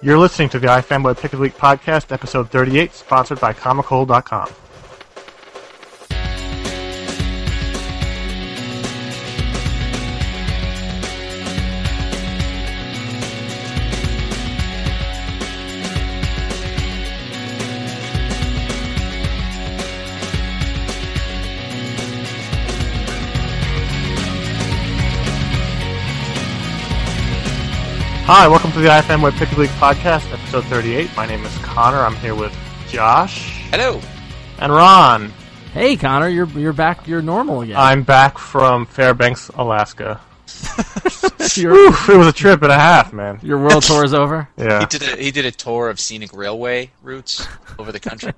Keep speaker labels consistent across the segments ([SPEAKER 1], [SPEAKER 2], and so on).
[SPEAKER 1] You're listening to the iFanboy Pick of the Week podcast, episode 38, sponsored by Comicole.com. Hi, welcome to the iFanboy Pick of the Week podcast, episode 38. My name is Connor. I'm here with Josh
[SPEAKER 2] Hello.
[SPEAKER 1] and Ron.
[SPEAKER 3] Hey Connor, you're you're back. You're normal again.
[SPEAKER 1] I'm back from Fairbanks, Alaska.
[SPEAKER 3] your,
[SPEAKER 1] Oof, it was a trip and a half, man.
[SPEAKER 3] your world tour is over
[SPEAKER 1] Yeah.
[SPEAKER 2] He did a he did a tour of scenic railway routes over the country.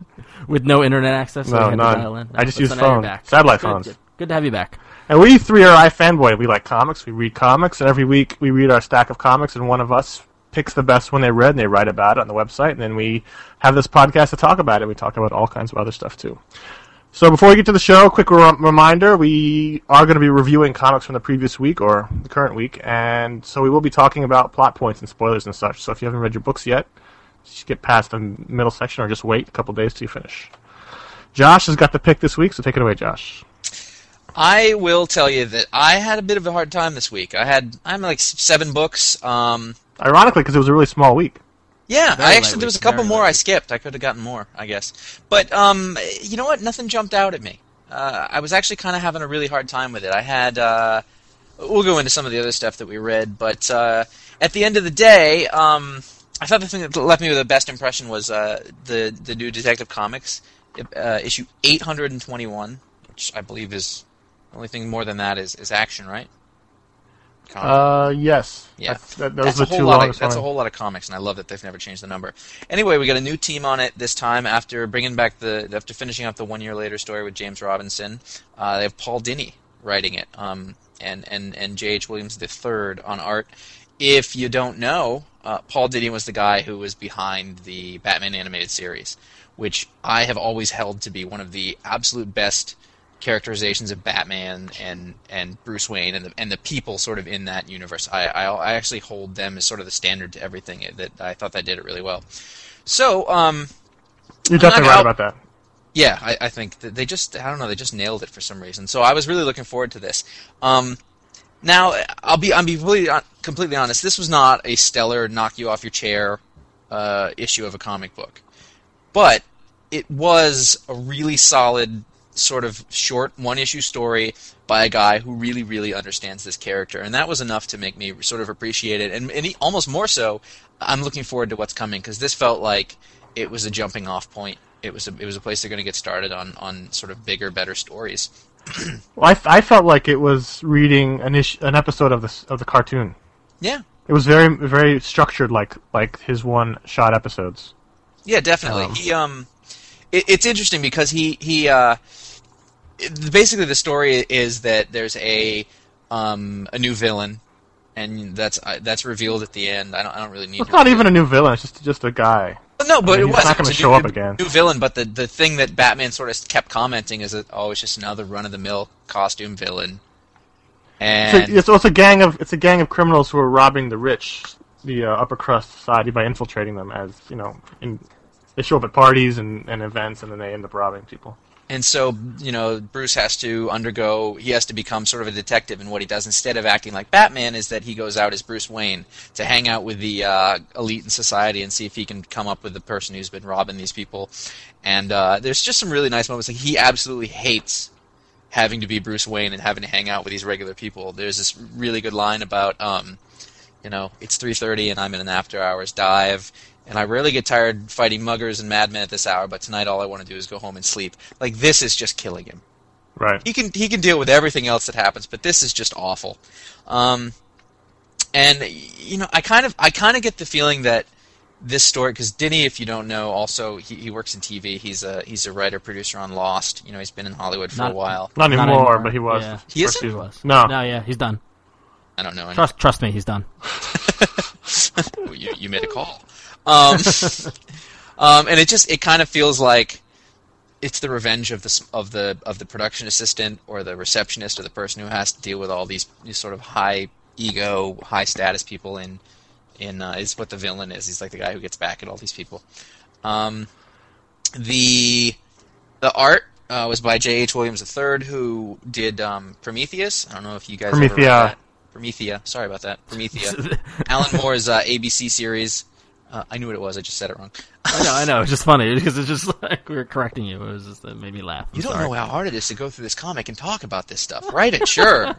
[SPEAKER 3] with no internet access. so
[SPEAKER 1] No,
[SPEAKER 3] you had to
[SPEAKER 1] none.
[SPEAKER 3] dial in.
[SPEAKER 1] I just
[SPEAKER 3] but
[SPEAKER 1] use
[SPEAKER 3] so now you're
[SPEAKER 1] phone.
[SPEAKER 3] back.
[SPEAKER 1] Satellite
[SPEAKER 3] Good,
[SPEAKER 1] phones.
[SPEAKER 3] Good, Good to have you back.
[SPEAKER 1] And we three are iFanboy. We like comics. We read comics, and every week we read our stack of comics, and one of us picks the best one they read, and they write about it on the website, and then we have this podcast to talk about it. We talk about all kinds of other stuff too. So before we get to the show, quick re- reminder: we are going to be reviewing comics from the previous week or the current week, and so we will be talking about plot points and spoilers and such. So if you haven't read your books yet, just get past the middle section, or just wait a couple days till you finish. Josh has got the pick this week, so take it away, Josh.
[SPEAKER 2] I will tell you that I had a bit of a hard time this week. I had I'm like s- seven books. Um,
[SPEAKER 1] Ironically, because it was a really small week.
[SPEAKER 2] yeah,
[SPEAKER 3] Very
[SPEAKER 2] I
[SPEAKER 3] light
[SPEAKER 2] actually there was a
[SPEAKER 3] week,
[SPEAKER 2] couple
[SPEAKER 3] very
[SPEAKER 2] more
[SPEAKER 3] light
[SPEAKER 2] I skipped. I could have gotten more, I guess. But um, you know what? Nothing jumped out at me. Uh, I was actually kind of having a really hard time with it. I had uh, we'll go into some of the other stuff that we read, but uh, at the end of the day, um, I thought the thing that left me with the best impression was uh, the the new Detective Comics uh, issue 821, which I believe is the only thing more than that is, is action, right? Comic.
[SPEAKER 1] Uh, yes.
[SPEAKER 2] Yeah.
[SPEAKER 1] That's, that, those
[SPEAKER 2] that's
[SPEAKER 1] are
[SPEAKER 2] a
[SPEAKER 1] the
[SPEAKER 2] whole
[SPEAKER 1] two
[SPEAKER 2] lot. Of,
[SPEAKER 1] longest
[SPEAKER 2] that's a
[SPEAKER 1] ones.
[SPEAKER 2] whole lot of comics, and I love that they've never changed the number. Anyway, we got a new team on it this time after bringing back the after finishing up the one year later story with James Robinson. Uh, they have Paul Dini writing it, um, and and and J H Williams the third on art. If you don't know, uh, Paul Dini was the guy who was behind the Batman animated series, which I have always held to be one of the absolute best characterizations of Batman and and Bruce Wayne and the and the people sort of in that universe. I I, I actually hold them as sort of the standard to everything. That I thought that did it really well. So um
[SPEAKER 1] You're
[SPEAKER 2] I'm not
[SPEAKER 1] definitely
[SPEAKER 2] gonna-
[SPEAKER 1] right about that.
[SPEAKER 2] yeah, I, I think that they just I don't know they just nailed it for some reason. So I was really looking forward to this. Um, now I'll be I'm be completely, hon- completely honest. This was not a stellar knock you off your chair uh, issue of a comic book, but it was a really solid sort of short one issue story by a guy who really really understands this character, and that was enough to make me sort of appreciate it, and, and he, almost more so. I'm looking forward to what's coming because this felt like it was a jumping off point. It was a, it was a place they're going to get started on on sort of bigger, better stories.
[SPEAKER 1] Well, I, f- I felt like it was reading an ish- an episode of the s- of the cartoon.
[SPEAKER 2] Yeah,
[SPEAKER 1] It was very very structured, like like his one shot episodes.
[SPEAKER 2] yeah, definitely.
[SPEAKER 1] Um,
[SPEAKER 2] he um, it, it's interesting because he he uh, it- basically the story is that there's a um a new villain, and that's uh, that's revealed at the end. I don't I don't really need.
[SPEAKER 1] It's
[SPEAKER 2] to
[SPEAKER 1] not
[SPEAKER 2] reveal
[SPEAKER 1] even a new villain. It's just just a guy.
[SPEAKER 2] Well, No,
[SPEAKER 1] mean,
[SPEAKER 2] but it
[SPEAKER 1] he's
[SPEAKER 2] was
[SPEAKER 1] not
[SPEAKER 2] it was
[SPEAKER 1] gonna
[SPEAKER 2] a
[SPEAKER 1] show
[SPEAKER 2] new,
[SPEAKER 1] up again.
[SPEAKER 2] New villain, but the the thing that Batman sort of kept commenting is that oh, it's just another run of the mill costume villain.
[SPEAKER 1] So
[SPEAKER 2] And
[SPEAKER 1] it's, it's a gang of it's a gang of criminals who are robbing the rich, the uh, upper crust society by infiltrating them as you know. In, they show up at parties and, and events, and then they end up robbing people.
[SPEAKER 2] And so, you know, Bruce has to undergo, he has to become sort of a detective. And what he does instead of acting like Batman is that he goes out as Bruce Wayne to hang out with the uh, elite in society and see if he can come up with the person who's been robbing these people. And uh, there's just some really nice moments. Like, he absolutely hates having to be Bruce Wayne and having to hang out with these regular people. There's this really good line about, um, you know, it's 3:30 and I'm in an after hours dive and I rarely get tired fighting muggers and madmen at this hour, but tonight all I want to do is go home and sleep. Like this is just killing him.
[SPEAKER 1] Right.
[SPEAKER 2] He can he can deal with everything else that happens, but this is just awful. Um and you know, I kind of I kind of get the feeling that this story because Denny, if you don't know, also he, he works in TV. He's a he's a writer producer on Lost. You know, he's been in Hollywood for a
[SPEAKER 3] Not-
[SPEAKER 2] while.
[SPEAKER 1] Not anymore,
[SPEAKER 3] anymore,
[SPEAKER 1] but he was.
[SPEAKER 3] yeah.
[SPEAKER 1] the
[SPEAKER 2] He
[SPEAKER 1] first
[SPEAKER 2] isn't?
[SPEAKER 1] season.
[SPEAKER 3] Was.
[SPEAKER 1] No.
[SPEAKER 3] no, yeah, he's done.
[SPEAKER 2] I don't know. any-
[SPEAKER 3] Trust trust me, he's done.
[SPEAKER 2] you, you made a call. Um, um, and it just it kind of feels like it's the revenge of the s- of the of the production assistant or the receptionist or the person who has to deal with all these, these sort of high ego, high status people in in uh, is what the villain is. He's like the guy who gets back at all these people. Um, the the art uh, was by J. H. Williams III, who did um, Prometheus. I don't know if you guys ever read
[SPEAKER 1] Promethea.
[SPEAKER 2] that. Promethea. Sorry about that. Promethea. Alan Moore's uh, ABC series. Uh, I knew what it was. I just said it wrong.
[SPEAKER 3] I know, I know. It's just funny because it's just like we were correcting you. It was just it made me laugh. I'm
[SPEAKER 2] You don't
[SPEAKER 3] sorry.
[SPEAKER 2] know how hard it is to go through this comic and talk about this stuff, right? And sure,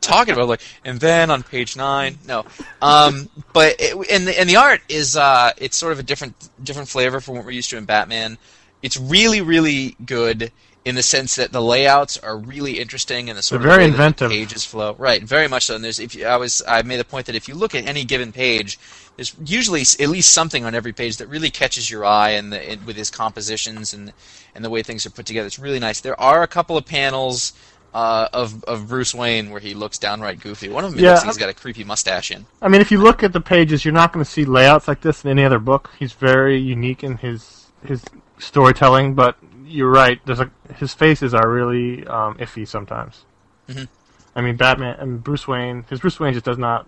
[SPEAKER 2] talking about like, and then on page nine, no, um, but it, and the, and the art is uh, it's sort of a different different flavor from what we're used to in Batman. It's really really good in the sense that the layouts are really interesting and the sort
[SPEAKER 1] They're
[SPEAKER 2] of
[SPEAKER 1] very
[SPEAKER 2] way that the
[SPEAKER 1] inventive.
[SPEAKER 2] pages flow right, very much so. And there's if you, I was I made the point that if you look at any given page. There's usually s- at least something on every page that really catches your eye, and the, and with his compositions and and the way things are put together. It's really nice. There are a couple of panels uh, of of Bruce Wayne where he looks downright goofy. One of them
[SPEAKER 1] Yeah,
[SPEAKER 2] looks like he's
[SPEAKER 1] I'm-
[SPEAKER 2] got a creepy mustache in.
[SPEAKER 1] I mean, if you look at the pages, you're not going to see layouts like this in any other book. He's very unique in his his storytelling, but you're right. There's a, his faces are really um, iffy sometimes.
[SPEAKER 2] Mhm.
[SPEAKER 1] I mean, Batman and Bruce Wayne. His Bruce Wayne just does not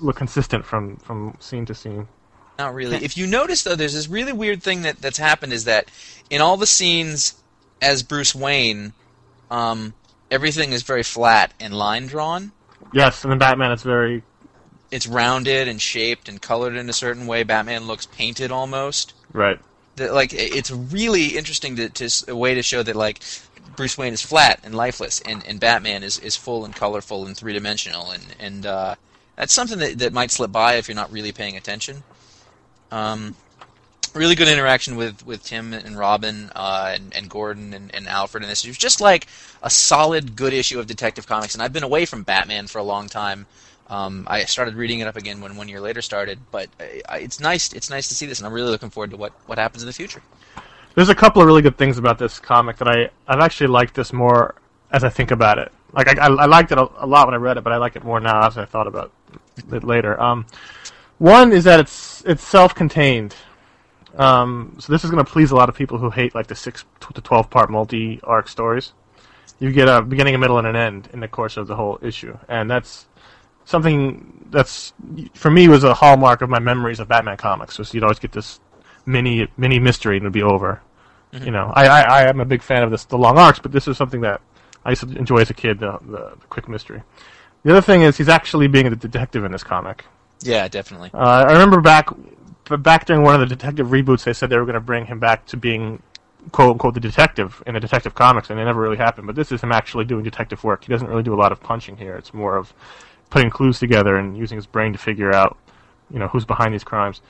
[SPEAKER 1] look consistent from from scene to scene.
[SPEAKER 2] Not really. If you notice though, there's this really weird thing that that's happened is that in all the scenes as Bruce Wayne, um, everything is very flat and line drawn.
[SPEAKER 1] Yes, and then Batman is very
[SPEAKER 2] It's rounded and shaped and colored in a certain way. Batman looks painted almost.
[SPEAKER 1] right.
[SPEAKER 2] that like i- it's really interesting to, to s- a way to show that like Bruce Wayne is flat and lifeless, and, and Batman is, is full and colorful and three dimensional, and and uh, that's something that, that might slip by if you're not really paying attention. Um, really good interaction with, with Tim and Robin uh, and, and Gordon and, and Alfred in this. It was just like a solid good issue of Detective Comics, and I've been away from Batman for a long time. Um, I started reading it up again when one year later started, but I, I, it's nice. It's nice to see this, and I'm really looking forward to what, what happens in the future.
[SPEAKER 1] There's a couple of really good things about this comic that I I've actually liked this more as I think about it. Like I I, I liked it a, a lot when I read it, but I like it more now as I thought about it later. Um, one is that it's it's self-contained. Um, so this is going to please a lot of people who hate like the six to twelve part multi arc stories. You get a beginning, a middle, and an end in the course of the whole issue, and that's something that's for me was a hallmark of my memories of Batman comics. Was you'd always get this mini mini mystery and it'd be over. You know, I, I I am a big fan of this the long arcs, but this is something that I used to enjoy as a kid the the, the quick mystery. The other thing is he's actually being a detective in this comic.
[SPEAKER 2] Yeah, definitely.
[SPEAKER 1] Uh, I remember back b- back during one of the detective reboots, they said they were going to bring him back to being quote unquote the detective in the Detective Comics, and it never really happened. But this is him actually doing detective work. He doesn't really do a lot of punching here. It's more of putting clues together and using his brain to figure out you know who's behind these crimes.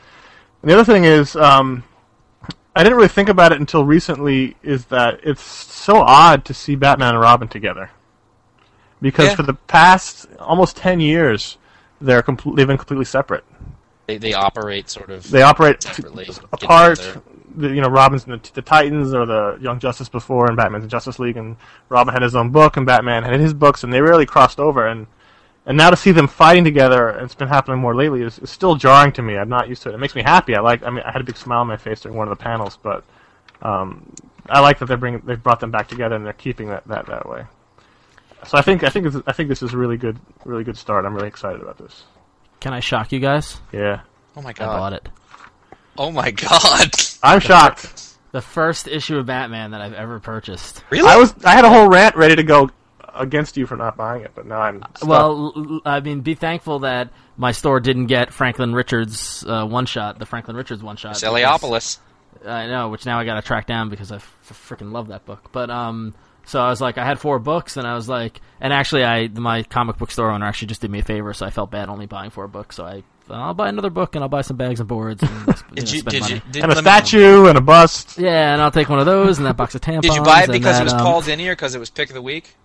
[SPEAKER 1] And the other thing is. Um, I didn't really think about it until recently. Is that it's so odd to see Batman and Robin together, because
[SPEAKER 2] Yeah.
[SPEAKER 1] for the past almost ten years, they're compl- they've been completely separate
[SPEAKER 2] They, they operate sort of
[SPEAKER 1] they operate t-
[SPEAKER 2] separately. get
[SPEAKER 1] apart.
[SPEAKER 2] together.
[SPEAKER 1] The, you know, Robin's in the, the Titans or the Young Justice before, and Batman's in Justice League, and Robin had his own book, and Batman had his books, and they rarely crossed over. And and now to see them fighting together, and it's been happening more lately, is, is still jarring to me. I'm not used to it. It makes me happy. I like. I mean, I had a big smile on my face during one of the panels, but um, I like that they bring they brought them back together, and they're keeping that that, that way. So I think I think it's, I think this is a really good really good start. I'm really excited about this.
[SPEAKER 3] Can I shock you guys?
[SPEAKER 1] Yeah,
[SPEAKER 2] Oh my
[SPEAKER 3] I bought
[SPEAKER 2] god!
[SPEAKER 3] it.
[SPEAKER 2] Oh my god!
[SPEAKER 1] I'm shocked.
[SPEAKER 3] The first issue of Batman that I've ever purchased.
[SPEAKER 2] Really?
[SPEAKER 1] I was I had a whole rant ready to go against you for not buying it, but now I'm stuck.
[SPEAKER 3] Well, l- l- I mean, be thankful that my store didn't get Franklin Richards uh, one shot, the Franklin Richards one shot.
[SPEAKER 2] It's Eliopolis.
[SPEAKER 3] I know, which now I got to track down because I f- freaking love that book. But um, so I was like, I had four books, and I was like, and actually, I my comic book store owner actually just did me a favor, so I felt bad only buying four books. So I, I'll buy another book, and I'll buy some bags and boards, and you know,
[SPEAKER 2] Did you
[SPEAKER 3] spend
[SPEAKER 2] did
[SPEAKER 3] money.
[SPEAKER 2] you did,
[SPEAKER 1] and a
[SPEAKER 2] let me-
[SPEAKER 1] statue and a bust.
[SPEAKER 3] Yeah, and I'll take one of those and that box of tampons.
[SPEAKER 2] Did you buy it
[SPEAKER 3] and
[SPEAKER 2] because
[SPEAKER 3] that,
[SPEAKER 2] it was
[SPEAKER 3] um,
[SPEAKER 2] Paul Dini or because it was pick of the week?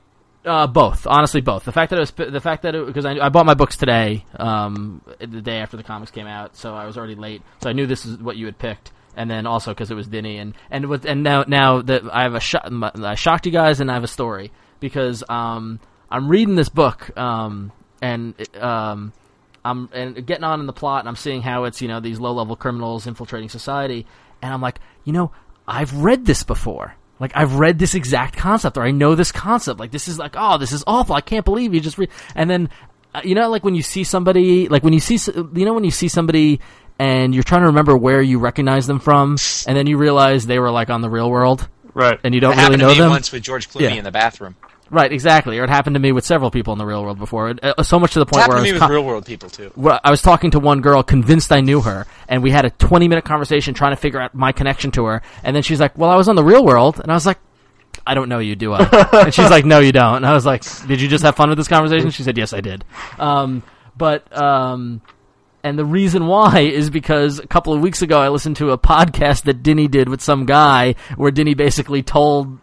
[SPEAKER 3] Uh, both, honestly, both. The fact that it was, the fact that it because I, I bought my books today, um, the day after the comics came out, so I was already late. So I knew this is what you had picked, and then also because it was Dinny, and and with and now now that I have a shot, I shocked you guys, and I have a story because um, I'm reading this book, um, and um, I'm and getting on in the plot, and I'm seeing how it's you know these low level criminals infiltrating society, and I'm like, you know, I've read this before. Like I've read this exact concept, or I know this concept. Like this is like, oh, this is awful. I can't believe you just read. And then uh, you know, like when you see somebody, like when you see, s- you know, when you see somebody and you're trying to remember where you recognize them from, and then you realize they were like on the real world,
[SPEAKER 1] Right.
[SPEAKER 3] and you don't
[SPEAKER 2] It
[SPEAKER 3] really
[SPEAKER 2] happened
[SPEAKER 3] know
[SPEAKER 2] to me
[SPEAKER 3] them.
[SPEAKER 2] once with George Clooney
[SPEAKER 3] Yeah.
[SPEAKER 2] in the bathroom.
[SPEAKER 3] Right, exactly. Or it happened to me with several people in the real world before. It, uh, so much to the
[SPEAKER 2] It
[SPEAKER 3] point where
[SPEAKER 2] happened
[SPEAKER 3] I
[SPEAKER 2] to me
[SPEAKER 3] was
[SPEAKER 2] with
[SPEAKER 3] con-
[SPEAKER 2] real world people too.
[SPEAKER 3] well, I was talking to one girl, convinced I knew her, and we had a 20 minute conversation trying to figure out my connection to her. And then she's like, Well, I was on the real world. And I was like, I don't know you, do I? and she's like, No, you don't. And I was like, Did you just have fun with this conversation? She said, Yes, I did. Um, but, um, and the reason why is because a couple of weeks ago I listened to a podcast that Dinny did with some guy where Dinny basically told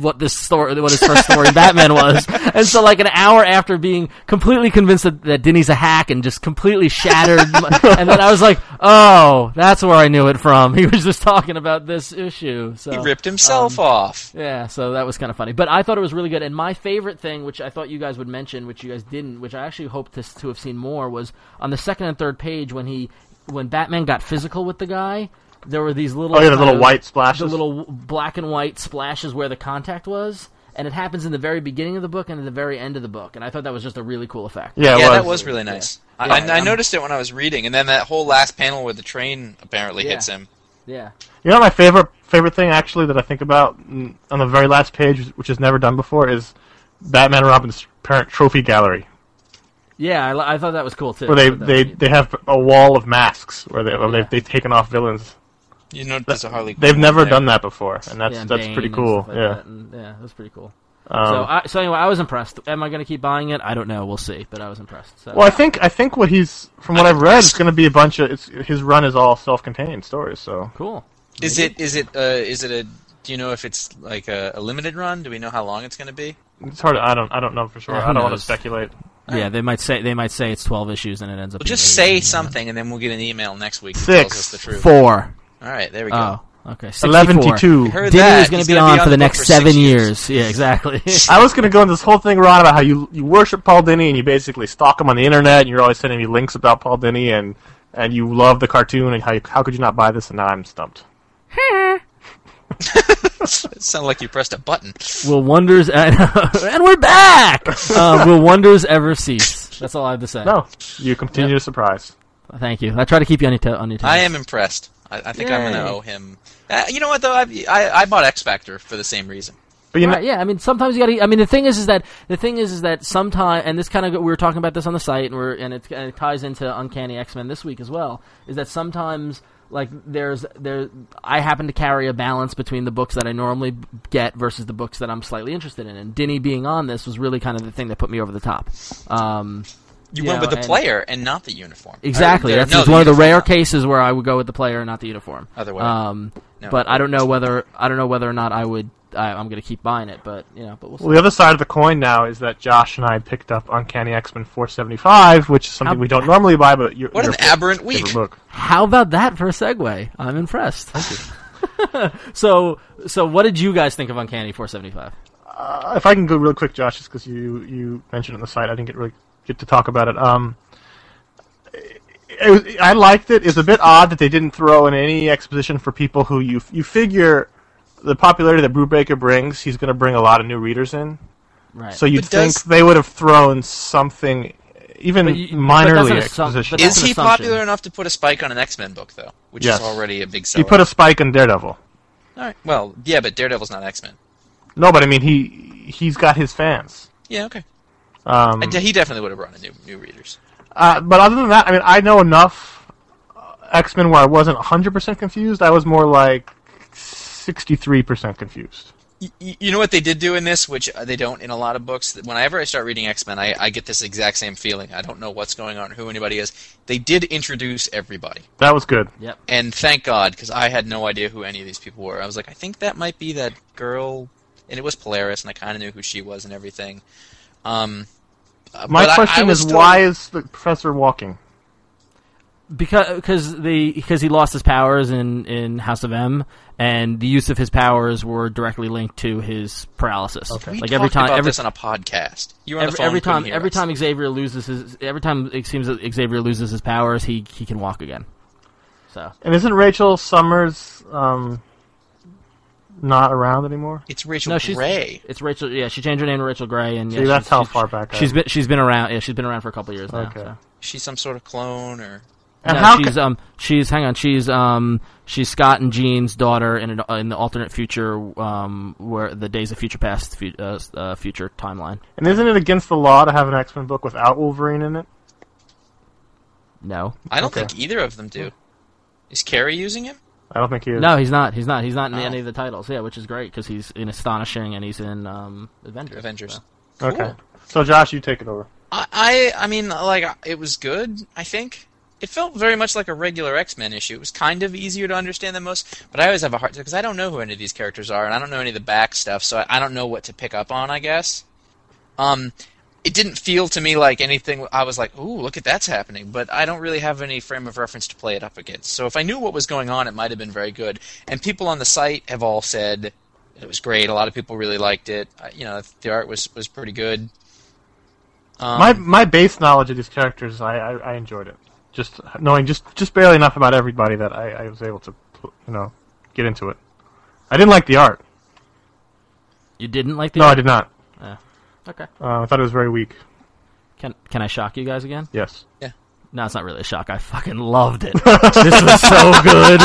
[SPEAKER 3] what this story, what his first story in Batman was. And so, like an hour after being completely convinced that, that Denny's a hack and just completely shattered, and then I was like, "Oh, that's where I knew it from." He was just talking about this issue. So
[SPEAKER 2] He ripped himself off.
[SPEAKER 3] yeah, so that was kind of funny. But I thought it was really good. And my favorite thing, which I thought you guys would mention, which you guys didn't, which I actually hoped to, to have seen more, was on the second and third page when he when Batman got physical with the guy. There were these little
[SPEAKER 1] Oh, yeah, the
[SPEAKER 3] kind
[SPEAKER 1] little
[SPEAKER 3] of-
[SPEAKER 1] white splashes.
[SPEAKER 3] Uh, the little w- black and white splashes where the contact was, and it happens in the very beginning of the book and at the very end of the book. And I thought that was just a really cool effect.
[SPEAKER 1] Yeah, it
[SPEAKER 2] yeah,
[SPEAKER 1] was.
[SPEAKER 2] that was really nice. I,
[SPEAKER 3] Yeah,
[SPEAKER 2] I, I
[SPEAKER 3] I'm-
[SPEAKER 2] noticed it when I was reading, and then that whole last panel where the train apparently
[SPEAKER 3] Yeah.
[SPEAKER 2] hits him.
[SPEAKER 3] yeah.
[SPEAKER 1] You know, my favorite favorite thing actually that I think about mm, on the very last page, which is never done before, is Batman and Robin's parent trophy gallery,
[SPEAKER 3] Yeah, I, li- I thought that was cool too.
[SPEAKER 1] where they
[SPEAKER 3] I thought that
[SPEAKER 1] they,
[SPEAKER 3] was neat.
[SPEAKER 1] they have a wall of masks where they where
[SPEAKER 3] Yeah.
[SPEAKER 1] they've, they've taken off villains.
[SPEAKER 2] You know, there's a Harley.
[SPEAKER 1] They've
[SPEAKER 2] Quinn
[SPEAKER 1] never
[SPEAKER 2] there.
[SPEAKER 1] done that before, and that's
[SPEAKER 3] Yeah, and
[SPEAKER 1] that's
[SPEAKER 3] Bane
[SPEAKER 1] pretty
[SPEAKER 3] and
[SPEAKER 1] cool.
[SPEAKER 3] stuff like
[SPEAKER 1] yeah.
[SPEAKER 3] that, and- yeah, that was pretty cool.
[SPEAKER 1] Um,
[SPEAKER 3] so, I, so anyway, I was impressed. Am I going to keep buying it? I don't know. We'll see. But I was impressed. So.
[SPEAKER 1] well, I think I think what he's from what I've read, it's going to be a bunch of it's, his run is all self-contained stories. So
[SPEAKER 3] cool.
[SPEAKER 2] Is it? Is it? Uh, is it a? Do you know if it's like a, a limited run? Do we know how long it's going to be?
[SPEAKER 1] it's hard. I don't I don't know for sure.
[SPEAKER 3] Yeah, who
[SPEAKER 1] I don't want to
[SPEAKER 3] knows?
[SPEAKER 1] speculate.
[SPEAKER 3] Yeah, they might say they might say it's twelve issues and it ends up.
[SPEAKER 2] Well, just say something, and then we'll get an email next week that tells us
[SPEAKER 1] Six,
[SPEAKER 2] the truth.
[SPEAKER 3] Mm-hmm. four.
[SPEAKER 2] All right, there we go.
[SPEAKER 3] Oh, okay. 64.
[SPEAKER 1] eleven to two.
[SPEAKER 2] Heard
[SPEAKER 3] Diddy
[SPEAKER 2] that,
[SPEAKER 3] is going
[SPEAKER 2] he's
[SPEAKER 3] to be
[SPEAKER 2] gonna
[SPEAKER 3] on for the
[SPEAKER 2] book
[SPEAKER 3] next
[SPEAKER 2] for six
[SPEAKER 3] seven years. Yeah, exactly.
[SPEAKER 1] I was going to go into this whole thing, Ron, about how you you worship Paul Dini and you basically stalk him on the internet, and you're always sending me links about Paul Dini, and and you love the cartoon, and how how could you not buy this? And now I'm stumped.
[SPEAKER 2] It sounded like you pressed a button.
[SPEAKER 3] will wonders and, and we're back. Uh, will wonders ever cease? That's all I have to say.
[SPEAKER 1] No, you continue to surprise.
[SPEAKER 3] Thank you. I try to keep you on your to- on your toes.
[SPEAKER 2] I am impressed. I, I think I'm going
[SPEAKER 3] Yay.
[SPEAKER 2] to owe him. Uh, you know what though? I've, I I bought X Factor for the same reason.
[SPEAKER 1] But you know,
[SPEAKER 3] Right, yeah, I mean, sometimes you got to. I mean, the thing is, is that the thing is, is that sometimes, and this kind of we were talking about this on the site, and we're and it, and it ties into Uncanny X Men this week as well. Is that sometimes like there's there I happen to carry a balance between the books that I normally b- get versus the books that I'm slightly interested in, and Dinny being on this was really kind of the thing that put me over the top. Um,
[SPEAKER 2] You
[SPEAKER 3] You
[SPEAKER 2] went with
[SPEAKER 3] know,
[SPEAKER 2] the
[SPEAKER 3] and-
[SPEAKER 2] player and not the uniform.
[SPEAKER 3] Exactly.
[SPEAKER 2] Or the-
[SPEAKER 3] That's
[SPEAKER 2] no,
[SPEAKER 3] it's one of the
[SPEAKER 2] uniform,
[SPEAKER 3] rare
[SPEAKER 2] not.
[SPEAKER 3] cases where I would go with the player and not the uniform.
[SPEAKER 2] Other way.
[SPEAKER 3] Um,
[SPEAKER 2] No.
[SPEAKER 3] But I don't know whether I don't know whether or not I would. I, I'm going to keep buying it, but you know, but we'll see.
[SPEAKER 1] well, the other side of the coin now is that Josh and I picked up Uncanny X Men 475, which is something
[SPEAKER 3] Ab-
[SPEAKER 1] we don't normally buy, but you're,
[SPEAKER 2] What
[SPEAKER 1] your
[SPEAKER 2] an aberrant week.
[SPEAKER 1] favorite book.
[SPEAKER 3] How about that for a segue? I'm impressed. so, so what did you guys think of Uncanny 475?
[SPEAKER 1] Uh, if I can go real quick, Josh, just because you you mentioned it on the site, I didn't get really get to talk about it. Um, it was, I liked it. It's a bit odd that they didn't throw in any exposition for people who you you figure the popularity that Brubaker brings, he's going to bring a lot of new readers in.
[SPEAKER 3] Right.
[SPEAKER 1] So you'd
[SPEAKER 2] But does-
[SPEAKER 1] think they would have thrown something, even
[SPEAKER 3] But you- but that's
[SPEAKER 1] minorly
[SPEAKER 3] an assump-
[SPEAKER 1] exposition.
[SPEAKER 3] but that's
[SPEAKER 2] Is
[SPEAKER 3] an
[SPEAKER 2] he
[SPEAKER 3] assumption.
[SPEAKER 2] popular enough to put a spike on an X Men book though, which
[SPEAKER 1] Yes.
[SPEAKER 2] is already a big seller?
[SPEAKER 1] He put a spike in Daredevil.
[SPEAKER 2] All right. Well, yeah, but Daredevil's not X Men.
[SPEAKER 1] No, but I mean he he's got his fans.
[SPEAKER 2] Yeah, okay.
[SPEAKER 1] Um,
[SPEAKER 2] I de- he definitely would have brought in new new readers.
[SPEAKER 1] Uh, but other than that, I mean, I know enough X Men where I wasn't 100% confused. I was more like 63% confused.
[SPEAKER 2] Y- y- You know what they did do in this, which uh, they don't in a lot of books. that Whenever I start reading X Men, I, I get this exact same feeling. I don't know what's going on, who anybody is. They did introduce everybody,
[SPEAKER 1] That was good.
[SPEAKER 3] Yep.
[SPEAKER 2] and thank God, because I had no idea who any of these people were. I was like, I think that might be that girl, and it was Polaris, and I kind of knew who she was and everything. Um, uh,
[SPEAKER 1] My
[SPEAKER 2] but I- I
[SPEAKER 1] question
[SPEAKER 2] was
[SPEAKER 1] is
[SPEAKER 2] still-
[SPEAKER 1] why is the professor walking?
[SPEAKER 3] Because because the because he lost his powers in in House of M, and the use of his powers were directly linked to his paralysis.
[SPEAKER 2] We
[SPEAKER 3] Like every
[SPEAKER 2] talked
[SPEAKER 3] time
[SPEAKER 2] about
[SPEAKER 3] every
[SPEAKER 2] this on a podcast. You were on the
[SPEAKER 3] every,
[SPEAKER 2] phone.
[SPEAKER 3] every
[SPEAKER 2] couldn't
[SPEAKER 3] time
[SPEAKER 2] hear
[SPEAKER 3] every
[SPEAKER 2] us.
[SPEAKER 3] time Xavier loses his every time it seems that Xavier loses his powers, he he can walk again. So
[SPEAKER 1] And isn't Rachel Summers um, not around anymore?
[SPEAKER 2] It's Rachel
[SPEAKER 3] No, she's
[SPEAKER 2] Gray.
[SPEAKER 3] It's Rachel. Yeah, she changed her name to Rachel Gray, and yeah,
[SPEAKER 1] See, that's
[SPEAKER 3] she's-
[SPEAKER 1] how
[SPEAKER 3] she's-
[SPEAKER 1] far back I
[SPEAKER 3] she's
[SPEAKER 1] am.
[SPEAKER 3] been. She's been around. Yeah, she's been around for a couple of years now.
[SPEAKER 1] Okay.
[SPEAKER 3] so.
[SPEAKER 2] She's some sort of clone, or
[SPEAKER 1] And
[SPEAKER 3] No,
[SPEAKER 1] how
[SPEAKER 3] she's
[SPEAKER 1] ca-
[SPEAKER 3] um she's hang on she's um she's Scott and Jean's daughter in an, uh, in the alternate future um where the Days of Future Past fu- uh, s- uh, future timeline.
[SPEAKER 1] and isn't it against the law to have an X Men book without Wolverine in it?
[SPEAKER 3] No,
[SPEAKER 2] I don't
[SPEAKER 1] Okay.
[SPEAKER 2] think either of them do. Is Carrie using him?
[SPEAKER 1] I don't think he is.
[SPEAKER 3] no, he's not. He's not. He's not in
[SPEAKER 2] Oh.
[SPEAKER 3] any of the titles. Yeah, which is great because he's in Astonishing and he's in um Avengers.
[SPEAKER 2] Avengers.
[SPEAKER 3] so.
[SPEAKER 1] Okay.
[SPEAKER 2] Cool.
[SPEAKER 1] So Josh, you take it over.
[SPEAKER 2] I, I, I mean, like it was good. I think it felt very much like a regular X Men issue. It was kind of easier to understand than most, but I always have a hard time because I don't know who any of these characters are, and I don't know any of the back stuff, so I, I don't know what to pick up on. I guess. Um, it didn't feel to me like anything. I was like, "Ooh, look at that's happening," but I don't really have any frame of reference to play it up against. So if I knew what was going on, it might have been very good. And people on the site have all said it was great. A lot of people really liked it. I- You know, the art was was pretty good. Um,
[SPEAKER 1] my my base knowledge of these characters, I, I, I enjoyed it. Just knowing just just barely enough about everybody that I, I was able to you know get into it. I didn't like the art.
[SPEAKER 3] You didn't like the
[SPEAKER 1] No, I did not.
[SPEAKER 3] Okay.
[SPEAKER 1] Uh, I thought it was very weak.
[SPEAKER 3] Can can I shock you guys again?
[SPEAKER 1] Yes.
[SPEAKER 3] No, it's not really a shock. I fucking loved it. this was so good.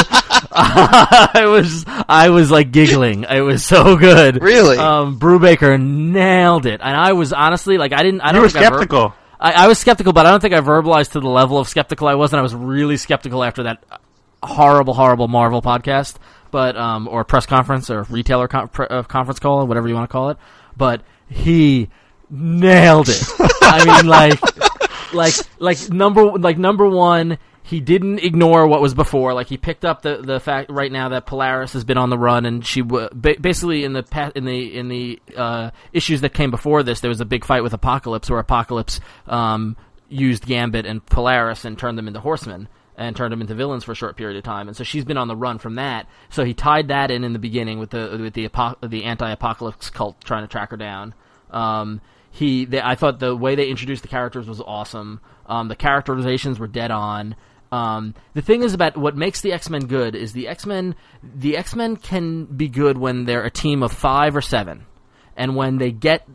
[SPEAKER 3] I was I was like giggling. It was so good.
[SPEAKER 2] Really?
[SPEAKER 3] Um, Brubaker nailed it, and I was honestly like I didn't. I
[SPEAKER 1] You
[SPEAKER 3] don't
[SPEAKER 1] were
[SPEAKER 3] think I ver-
[SPEAKER 1] skeptical.
[SPEAKER 3] I, I was skeptical, but I don't think I verbalized to the level of skeptical I was, and I was really skeptical after that horrible, horrible Marvel podcast, but um, or press conference or retailer con- pre- uh, conference call, whatever you want to call it. But he nailed it. I mean, like, like, like number, like number one. He didn't ignore what was before. Like he picked up the, the fact right now that Polaris has been on the run, and she w- ba- basically in the pa- in the in the uh, issues that came before this, there was a big fight with Apocalypse, where Apocalypse um, used Gambit and Polaris and turned them into horsemen and turned them into villains for a short period of time. And so she's been on the run from that. So he tied that in in the beginning with the with the apo- the anti-apocalypse cult trying to track her down. Um, he, they, I thought the way they introduced the characters was awesome. Um, the characterizations were dead on. Um, the thing is about what makes the X Men good is the X Men. The X Men can be good when they're a team of five or seven and when they get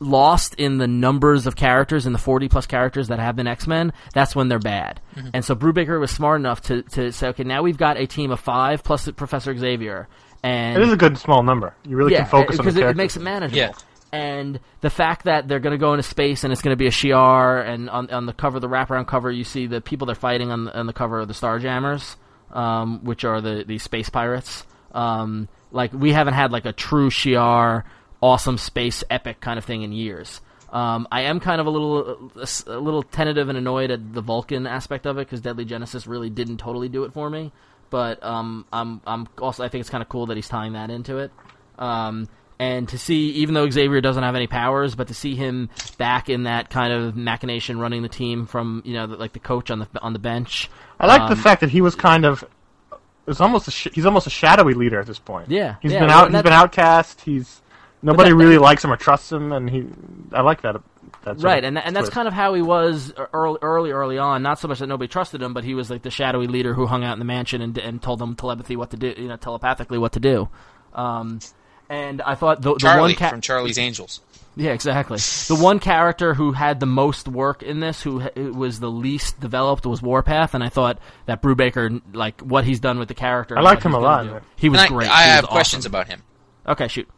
[SPEAKER 3] lost in the numbers of characters in the 40 plus characters that have been x-men that's when they're bad
[SPEAKER 1] Mm-hmm.
[SPEAKER 3] and so brubaker was smart enough to, to say okay now we've got a team of five plus professor xavier and
[SPEAKER 1] It is a good small number. You really can focus on the
[SPEAKER 3] because it, it
[SPEAKER 1] characters.
[SPEAKER 3] makes it manageable.
[SPEAKER 2] Yeah.
[SPEAKER 3] And the fact that they're going to go into space and it's going to be a Shi'ar, and on, on the cover, the wraparound cover, you see the people they're fighting on the, on the cover are the Starjammers, um, which are the, the space pirates. Um, like, we haven't had, like, a true Shi'ar, awesome space epic kind of thing in years. Um, I am kind of a little a little tentative and annoyed at the Vulcan aspect of it because Deadly Genesis really didn't totally do it for me. But um, I'm I'm also I think it's kind of cool that he's tying that into it. Um, and to see, even though Xavier doesn't have any powers, but to see him back in that kind of machination running the team from you know the, like the coach on the on the bench.
[SPEAKER 1] I like
[SPEAKER 3] um,
[SPEAKER 1] the fact that he was kind of. It's almost a sh- he's almost a shadowy leader at this point.
[SPEAKER 3] Yeah,
[SPEAKER 1] he's
[SPEAKER 3] yeah,
[SPEAKER 1] been
[SPEAKER 3] well,
[SPEAKER 1] out. He's
[SPEAKER 3] that-
[SPEAKER 1] been outcast. He's nobody
[SPEAKER 3] that-
[SPEAKER 1] really likes him or trusts him, and he. I like that. that sort
[SPEAKER 3] right,
[SPEAKER 1] of
[SPEAKER 3] and tha- and that's
[SPEAKER 1] twist.
[SPEAKER 3] kind of how he was early, early, early on. Not so much that nobody trusted him, but he was like the shadowy leader who hung out in the mansion and and told them telepathy what to do, you know, telepathically what to do. Um, and I thought the, the
[SPEAKER 2] Charlie
[SPEAKER 3] one cat
[SPEAKER 2] from Charlie's Angels.
[SPEAKER 3] Yeah, exactly. The one character who had the most work in this, who h- who was the least developed, was Warpath, and I thought that Brubaker, like what he's done with the character,
[SPEAKER 1] I
[SPEAKER 3] and
[SPEAKER 1] liked
[SPEAKER 3] what
[SPEAKER 1] him
[SPEAKER 3] he's
[SPEAKER 1] a
[SPEAKER 3] gonna
[SPEAKER 1] lot,
[SPEAKER 3] do. He was
[SPEAKER 2] And I, I
[SPEAKER 3] great. He was
[SPEAKER 2] have
[SPEAKER 3] awesome.
[SPEAKER 2] questions about him.
[SPEAKER 3] Okay, shoot.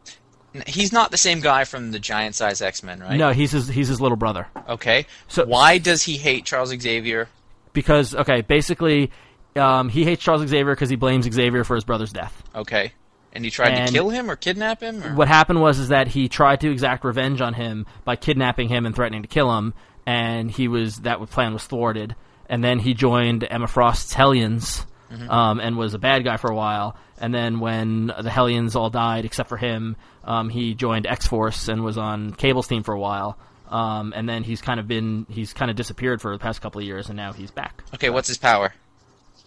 [SPEAKER 2] N- He's not the same guy from the giant size X Men, right?
[SPEAKER 3] No, he's his he's his little brother.
[SPEAKER 2] Okay.
[SPEAKER 3] So-
[SPEAKER 2] why does he hate Charles Xavier?
[SPEAKER 3] because okay, basically, um, he hates Charles Xavier because he blames Xavier for his brother's death.
[SPEAKER 2] Okay. And he tried
[SPEAKER 3] And-
[SPEAKER 2] to kill him or kidnap him? Or?
[SPEAKER 3] What happened was is that he tried to exact revenge on him by kidnapping him and threatening to kill him, and he was that plan was thwarted. And then he joined Emma Frost's Hellions, um, and was a bad guy for a while. And then when the Hellions all died except for him, um, he joined X Force and was on Cable's team for a while. Um, and then he's kind of been he's kind of disappeared for the past couple of years, and now he's back.
[SPEAKER 2] Okay, what's his power?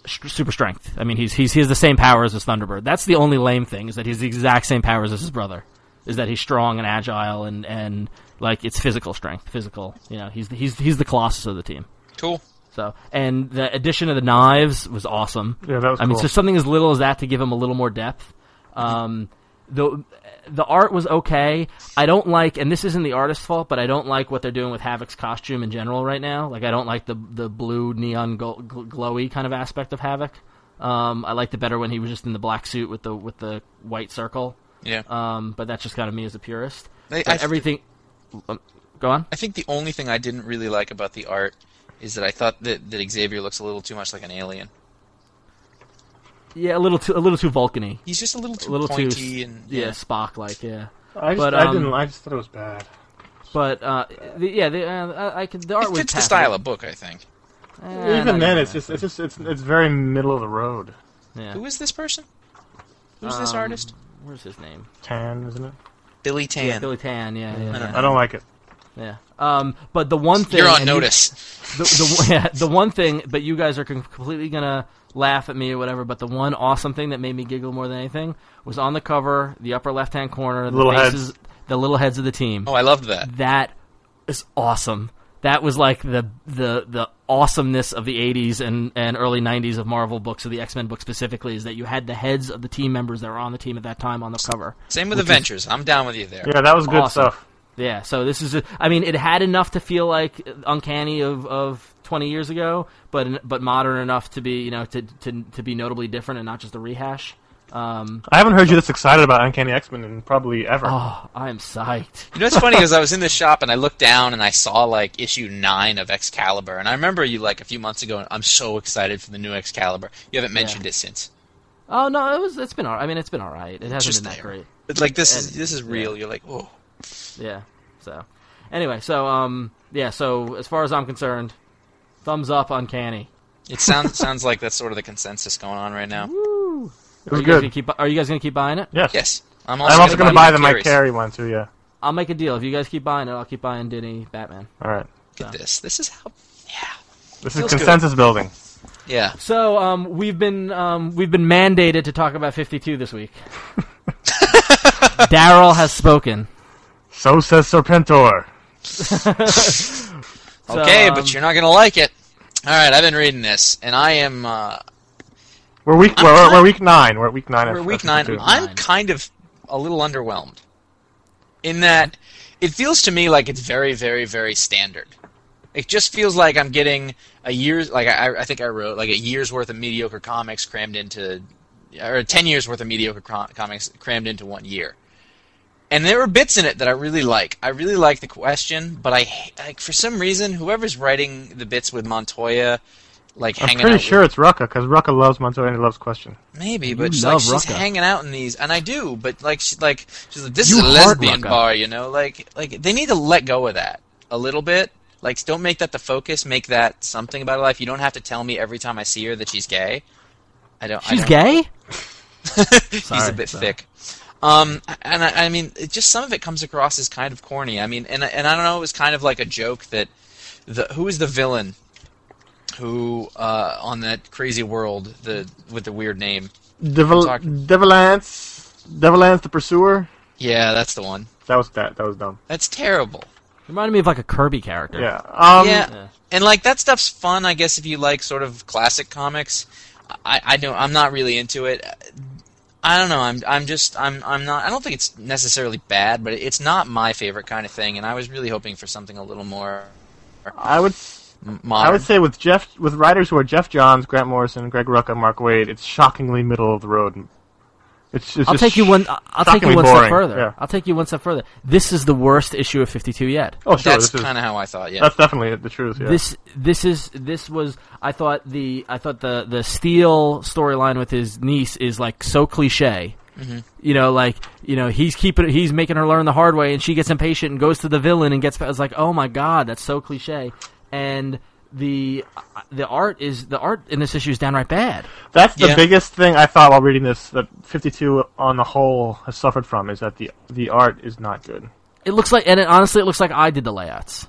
[SPEAKER 3] st- super strength. I mean, he's he's he has the same powers as Thunderbird. That's the only lame thing is that he's the exact same powers as his brother. Is that he's strong and agile and and like it's physical strength, physical. You know, he's the- he's he's the colossus of the team.
[SPEAKER 2] Cool.
[SPEAKER 3] So and the addition of the knives was awesome.
[SPEAKER 1] Yeah, that was
[SPEAKER 3] I mean,
[SPEAKER 1] cool.
[SPEAKER 3] so something as little as that to give him a little more depth. Um, the the art was okay. I don't like, and this isn't the artist's fault, but I don't like what they're doing with Havoc's costume in general right now. Like, I don't like the the blue neon gold, gl- glowy kind of aspect of Havoc. Um, I liked it better when he was just in the black suit with the with the white circle.
[SPEAKER 2] Yeah.
[SPEAKER 3] Um, but that's just kind of me as a purist.
[SPEAKER 2] I-
[SPEAKER 3] But
[SPEAKER 2] I-
[SPEAKER 3] everything. um, Go on.
[SPEAKER 2] I think the only thing I didn't really like about the art is that I thought that, that Xavier looks a little too much like an alien.
[SPEAKER 3] Yeah, a little too a little too Vulcan-y.
[SPEAKER 2] He's just a little too
[SPEAKER 3] a little
[SPEAKER 2] pointy
[SPEAKER 3] too
[SPEAKER 2] and
[SPEAKER 3] yeah, Spock like yeah.
[SPEAKER 1] I just
[SPEAKER 3] But,
[SPEAKER 1] I
[SPEAKER 3] um,
[SPEAKER 1] didn't. I just thought it was bad.
[SPEAKER 3] But uh, the, yeah, the, uh, I I could the art
[SPEAKER 2] It
[SPEAKER 3] was
[SPEAKER 2] fits the
[SPEAKER 3] half-
[SPEAKER 2] style of book, I think.
[SPEAKER 3] Eh,
[SPEAKER 1] Even
[SPEAKER 3] not
[SPEAKER 1] then,
[SPEAKER 3] really.
[SPEAKER 1] it's just it's just it's it's very middle of the road.
[SPEAKER 3] yeah.
[SPEAKER 2] Who is this person? Who's this
[SPEAKER 3] Um,
[SPEAKER 2] artist?
[SPEAKER 3] Where's his name?
[SPEAKER 1] Tan, isn't it?
[SPEAKER 2] Billy Tan.
[SPEAKER 3] Yeah, Billy Tan. Yeah, yeah, yeah.
[SPEAKER 1] I don't like it.
[SPEAKER 3] yeah. Um, but the one thing
[SPEAKER 2] You're on
[SPEAKER 3] and you-
[SPEAKER 2] notice.
[SPEAKER 3] the, the, yeah, the one thing, but you guys are com- completely gonna laugh at me or whatever. But the one awesome thing that made me giggle more than anything was on the cover, the upper left hand corner, the
[SPEAKER 1] Little
[SPEAKER 3] faces, the little heads of the team.
[SPEAKER 2] Oh, I loved that.
[SPEAKER 3] that is awesome. That was like the the the awesomeness of the 80s and, and early 90s of Marvel books, of the X Men book specifically, is that you had the heads of the team members that were on the team at that time on the cover.
[SPEAKER 2] Same with Adventures. I'm down with you there.
[SPEAKER 1] Yeah, that was good
[SPEAKER 3] Awesome.
[SPEAKER 1] stuff.
[SPEAKER 3] Yeah, so this is, a, I mean, it had enough to feel like uncanny of, of 20 years ago, but but modern enough to be you know to to, to be notably different and not just a rehash. Um,
[SPEAKER 1] I haven't heard you this excited about Uncanny X Men in probably ever.
[SPEAKER 3] oh, I'm psyched.
[SPEAKER 2] You know, it's funny because I was in the shop and I looked down and I saw like issue nine of Excalibur, and I remember you like a few months ago. And I'm so excited for the new Excalibur. You haven't mentioned it since.
[SPEAKER 3] Oh no, it was it's been all. I mean, it's been all right. It hasn't
[SPEAKER 2] Just
[SPEAKER 3] been that
[SPEAKER 2] there.
[SPEAKER 3] great.
[SPEAKER 2] But like this is
[SPEAKER 3] And-
[SPEAKER 2] this is real. You're like, oh,
[SPEAKER 3] Yeah. So, anyway, so um, yeah. So as far as I'm concerned, thumbs up, uncanny.
[SPEAKER 2] it sounds sounds like that's sort of the consensus going on right now.
[SPEAKER 1] it
[SPEAKER 3] Are
[SPEAKER 1] was
[SPEAKER 3] you, guys
[SPEAKER 1] good.
[SPEAKER 3] gonna keep, are you guys gonna keep buying it?
[SPEAKER 1] yes.
[SPEAKER 2] Yes, I'm also,
[SPEAKER 1] I'm also
[SPEAKER 2] gonna
[SPEAKER 1] gonna buy the
[SPEAKER 2] Mike
[SPEAKER 1] Mike Carey one too. Yeah.
[SPEAKER 3] I'll make a deal. If you guys keep buying it, I'll keep buying Diddy Batman.
[SPEAKER 1] All right.
[SPEAKER 2] Look at this. This is how. Yeah.
[SPEAKER 1] This
[SPEAKER 2] Feels
[SPEAKER 1] is
[SPEAKER 2] good.
[SPEAKER 1] consensus building.
[SPEAKER 2] Yeah.
[SPEAKER 3] So um, we've been um, we've been mandated to talk about 52 this week. Daryl has spoken.
[SPEAKER 1] So says Serpentor.
[SPEAKER 3] So,
[SPEAKER 2] okay,
[SPEAKER 3] um,
[SPEAKER 2] but you're not gonna like it. All right, I've been reading this, and I am. Uh,
[SPEAKER 1] We're week we're, we're, we're week nine. We're at week nine.
[SPEAKER 2] we're
[SPEAKER 1] of-
[SPEAKER 2] week
[SPEAKER 1] of
[SPEAKER 2] nine.
[SPEAKER 1] 52.
[SPEAKER 2] I'm
[SPEAKER 3] Nine.
[SPEAKER 2] kind of a little underwhelmed. In that, it feels to me like it's very, very, very standard. It just feels like I'm getting a year's, like I, I think I wrote, like a year's worth of mediocre comics crammed into, or ten years worth of mediocre com- comics crammed into one year. And there were bits in it that I really like. I really like the question, but I ha- like for some reason whoever's writing the bits with Montoya, like
[SPEAKER 1] I'm
[SPEAKER 2] hanging
[SPEAKER 1] pretty
[SPEAKER 2] out with
[SPEAKER 1] sure it's Rucka because Rucka loves Montoya and he loves Question.
[SPEAKER 2] Maybe, but she's, like,
[SPEAKER 3] love
[SPEAKER 2] she's
[SPEAKER 3] Rucka.
[SPEAKER 2] hanging out in these, and I do, but like, she, like she's like, this
[SPEAKER 3] You
[SPEAKER 2] is a
[SPEAKER 3] heart
[SPEAKER 2] lesbian
[SPEAKER 3] Rucka.
[SPEAKER 2] bar, you know. Like, like they need to let go of that a little bit. Like, don't make that the focus. Make that something about her life. You don't have to tell me every time I see her that she's gay. I don't. I
[SPEAKER 3] she's
[SPEAKER 2] don't-
[SPEAKER 3] gay.
[SPEAKER 2] he's a
[SPEAKER 3] Sorry,
[SPEAKER 2] bit
[SPEAKER 3] sorry.
[SPEAKER 2] thick. Um, and I, I mean, it just some of it comes across as kind of corny. I mean, and I- and I don't know, it was kind of like a joke that the who is the villain who uh, on that crazy world the with the weird name.
[SPEAKER 1] Devil
[SPEAKER 2] Talk-
[SPEAKER 1] Devilance Devilance the Pursuer.
[SPEAKER 2] Yeah, that's the one.
[SPEAKER 1] That was that. That was dumb.
[SPEAKER 2] That's terrible.
[SPEAKER 3] Reminded me of like a Kirby character.
[SPEAKER 1] Yeah. Um,
[SPEAKER 2] yeah.
[SPEAKER 3] yeah.
[SPEAKER 2] and like that stuff's fun, I guess, if you like sort of classic comics. I, I don't. I'm not really into it. I don't know. I'm. I'm just. I'm. I'm not. I don't think it's necessarily bad, but it's not my favorite kind of thing. And I was really hoping for something a little more
[SPEAKER 1] I would
[SPEAKER 2] m-
[SPEAKER 1] I
[SPEAKER 2] modern.
[SPEAKER 1] would say with Jeff with writers who are Jeff Johns, Grant Morrison, Greg Rucka, Mark Wade, it's shockingly middle of the road. It's, it's
[SPEAKER 3] I'll
[SPEAKER 1] just
[SPEAKER 3] take you one.
[SPEAKER 1] sh-
[SPEAKER 3] I'll take you
[SPEAKER 1] shockingly
[SPEAKER 3] one
[SPEAKER 1] boring.
[SPEAKER 3] step further.
[SPEAKER 1] Yeah.
[SPEAKER 3] I'll take you one step further. This is the worst issue of 52 yet.
[SPEAKER 1] Oh, sure.
[SPEAKER 2] That's
[SPEAKER 1] this is,
[SPEAKER 2] kind of how I thought. Yeah.
[SPEAKER 1] that's definitely the truth. Yeah.
[SPEAKER 3] This this is this was I thought the I thought the the Steele storyline with his niece is like so cliche. You know, like you know, he's keeping he's making her learn the hard way, and she gets impatient and goes to the villain and gets. I was like, oh my god, that's so cliche. And the the art is the art in this issue is downright bad.
[SPEAKER 1] That's the
[SPEAKER 2] Yeah.
[SPEAKER 1] biggest thing I thought while reading this that 52 on the whole has suffered from is that the the art is not good.
[SPEAKER 3] It looks like, and it, honestly, it looks like I did the layouts.